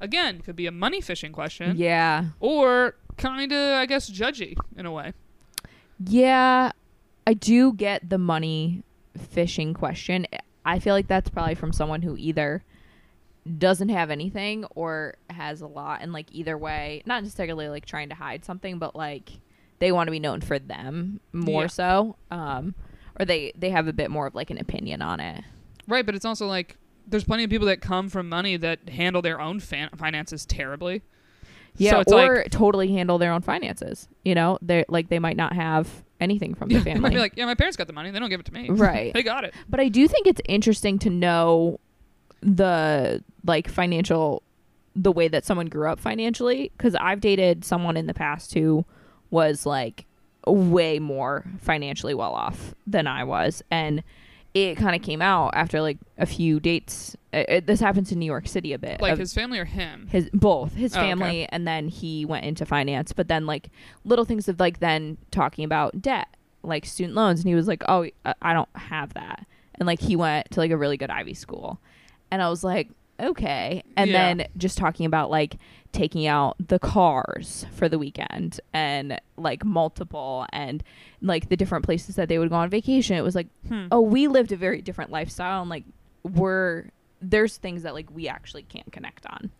[SPEAKER 1] Again, could be a money fishing question
[SPEAKER 2] Yeah.
[SPEAKER 1] or kind of, I guess, judgy in a way.
[SPEAKER 2] Yeah, I do get the money fishing question. I feel like that's probably from someone who either doesn't have anything or has a lot and like either way, not necessarily like trying to hide something, but like they want to be known for them more
[SPEAKER 1] Yeah.
[SPEAKER 2] so. Um or they they have a bit more of like an opinion on it.
[SPEAKER 1] Right, but it's also like there's plenty of people that come from money that handle their own fan- finances terribly.
[SPEAKER 2] Yeah,
[SPEAKER 1] so it's
[SPEAKER 2] or
[SPEAKER 1] like
[SPEAKER 2] totally handle their own finances. You know, they are like they might not have anything from
[SPEAKER 1] yeah,
[SPEAKER 2] their
[SPEAKER 1] they
[SPEAKER 2] family.
[SPEAKER 1] might be like, yeah, my parents got the money. They don't give it to me.
[SPEAKER 2] Right.
[SPEAKER 1] they got it.
[SPEAKER 2] But I do think it's interesting to know the like financial the way that someone grew up financially cuz I've dated someone in the past who was like way more financially well off than I was and it kind of came out after like a few dates Uh, it, this happens in New York City a bit
[SPEAKER 1] Like
[SPEAKER 2] of-
[SPEAKER 1] his family or him.
[SPEAKER 2] Uh, his both his
[SPEAKER 1] Oh, okay.
[SPEAKER 2] family and then he went into finance but then like little things of like then talking about debt like student loans and he was like oh I- i don't have that and like he went to like a really good ivy school and i was like okay and
[SPEAKER 1] Yeah.
[SPEAKER 2] then just talking about like taking out the cars for the weekend and like multiple and like the different places that they would go on vacation it was like
[SPEAKER 1] Hmm.
[SPEAKER 2] oh we lived a very different lifestyle and like we're there's things that like we actually can't connect on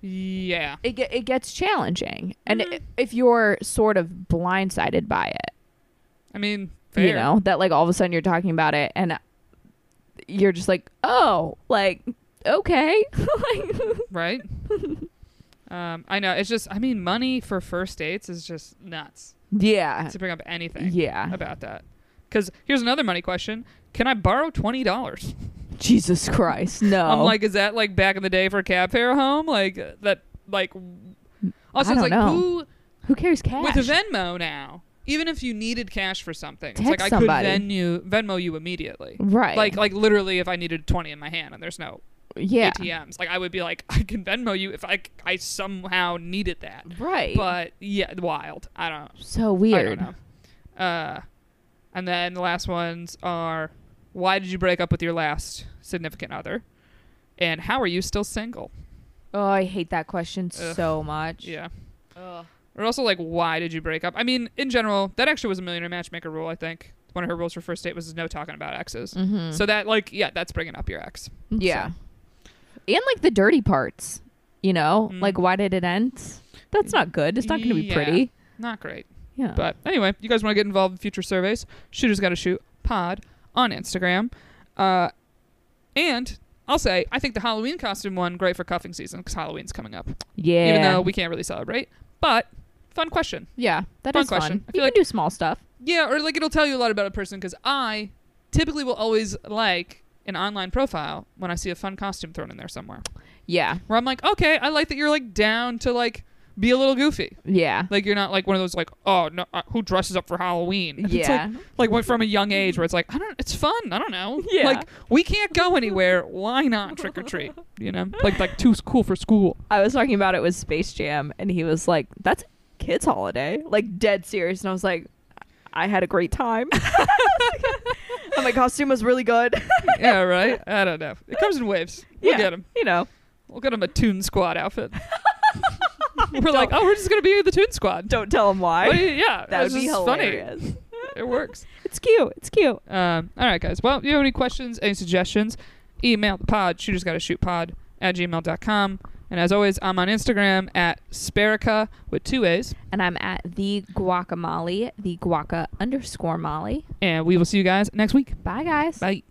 [SPEAKER 1] Yeah.
[SPEAKER 2] it, ge- it gets challenging and
[SPEAKER 1] Mm-hmm.
[SPEAKER 2] i if you're sort of blindsided by it
[SPEAKER 1] I mean, fair.
[SPEAKER 2] you know that like all of a sudden you're talking about it and you're just like oh like okay like
[SPEAKER 1] right? um, I know. It's just, I mean, money for first dates is just nuts
[SPEAKER 2] yeah
[SPEAKER 1] to bring up anything
[SPEAKER 2] Uh, yeah
[SPEAKER 1] about that. Because here's another money question: Can I borrow twenty dollars?
[SPEAKER 2] jesus christ no
[SPEAKER 1] I'm like, is that like back in the day for a cab fare home? Like uh, that? Like also,
[SPEAKER 2] Mm, I
[SPEAKER 1] it's
[SPEAKER 2] don't
[SPEAKER 1] like
[SPEAKER 2] know.
[SPEAKER 1] who
[SPEAKER 2] who cares cash
[SPEAKER 1] with Venmo now? Even if you needed cash for something, it's like
[SPEAKER 2] Text
[SPEAKER 1] I could
[SPEAKER 2] somebody.
[SPEAKER 1] Venmo Venmo you immediately.
[SPEAKER 2] right
[SPEAKER 1] Like like literally, if I needed twenty in my hand and there's no
[SPEAKER 2] yeah
[SPEAKER 1] ATMs, like I would be like, I can Venmo you if I I somehow needed that.
[SPEAKER 2] right
[SPEAKER 1] But yeah, wild. I don't.
[SPEAKER 2] so
[SPEAKER 1] I
[SPEAKER 2] weird
[SPEAKER 1] don't know. Uh, and then the last ones are why did you break up with your last significant other? And how are you still single?
[SPEAKER 2] oh i hate that question so much
[SPEAKER 1] Yeah.
[SPEAKER 2] Ugh.
[SPEAKER 1] Or also like why did you break up? I mean, in general, that actually was a millionaire matchmaker rule, I think. One of her rules for first date was no talking about exes.
[SPEAKER 2] Mhm.
[SPEAKER 1] So that like yeah, that's bringing up your ex.
[SPEAKER 2] Yeah. And like the dirty parts, you know?
[SPEAKER 1] Mm.
[SPEAKER 2] Like why did it end? That's not good. It's not going to be
[SPEAKER 1] Yeah.
[SPEAKER 2] pretty.
[SPEAKER 1] Not great.
[SPEAKER 2] Yeah.
[SPEAKER 1] But anyway, you guys want to get involved in future surveys? Shooters got to shoot pod on Instagram. Uh, and I'll say, I think the Halloween costume one great for cuffing season because Halloween's coming up,
[SPEAKER 2] yeah.
[SPEAKER 1] even though we can't really celebrate. But fun question,
[SPEAKER 2] yeah, that
[SPEAKER 1] Fun
[SPEAKER 2] is fun.
[SPEAKER 1] question. I
[SPEAKER 2] You
[SPEAKER 1] feel
[SPEAKER 2] can
[SPEAKER 1] like-
[SPEAKER 2] do small stuff.
[SPEAKER 1] yeah, or like it'll tell you a lot about a person because I typically will always like an online profile when I see a fun costume thrown in there somewhere
[SPEAKER 2] Yeah.
[SPEAKER 1] where I'm like, okay, I like that you're like down to like be a little goofy.
[SPEAKER 2] Yeah.
[SPEAKER 1] Like you're not like one of those like oh no uh, who dresses up for Halloween? It's like,
[SPEAKER 2] yeah.
[SPEAKER 1] like went from a young age where it's like I don't it's fun I don't know
[SPEAKER 2] Yeah.
[SPEAKER 1] like we can't go anywhere why not trick or treat you know like like too cool for school
[SPEAKER 2] I was talking about it with Space Jam and he was like, "That's a kids holiday." Like dead serious and I was like, "I had a great time." and my costume was really good.
[SPEAKER 1] yeah right I don't know it comes in waves we'll
[SPEAKER 2] Yeah.
[SPEAKER 1] get him
[SPEAKER 2] you know.
[SPEAKER 1] we'll get him a Toon Squad outfit we're like oh we're just gonna be the Toon Squad
[SPEAKER 2] Don't tell him why.
[SPEAKER 1] Well, yeah
[SPEAKER 2] that would
[SPEAKER 1] it's
[SPEAKER 2] be
[SPEAKER 1] just
[SPEAKER 2] hilarious.
[SPEAKER 1] funny it works
[SPEAKER 2] It's cute. It's cute.
[SPEAKER 1] Um, all right, guys. Well, if you have any questions, any suggestions, email the pod, shooters gotta shoot pod at gmail.com. And as always, I'm on Instagram at Sparica with two A's.
[SPEAKER 2] And I'm at the guacamole, the guaca underscore molly.
[SPEAKER 1] And we will see you guys next week.
[SPEAKER 2] Bye, guys.
[SPEAKER 1] Bye.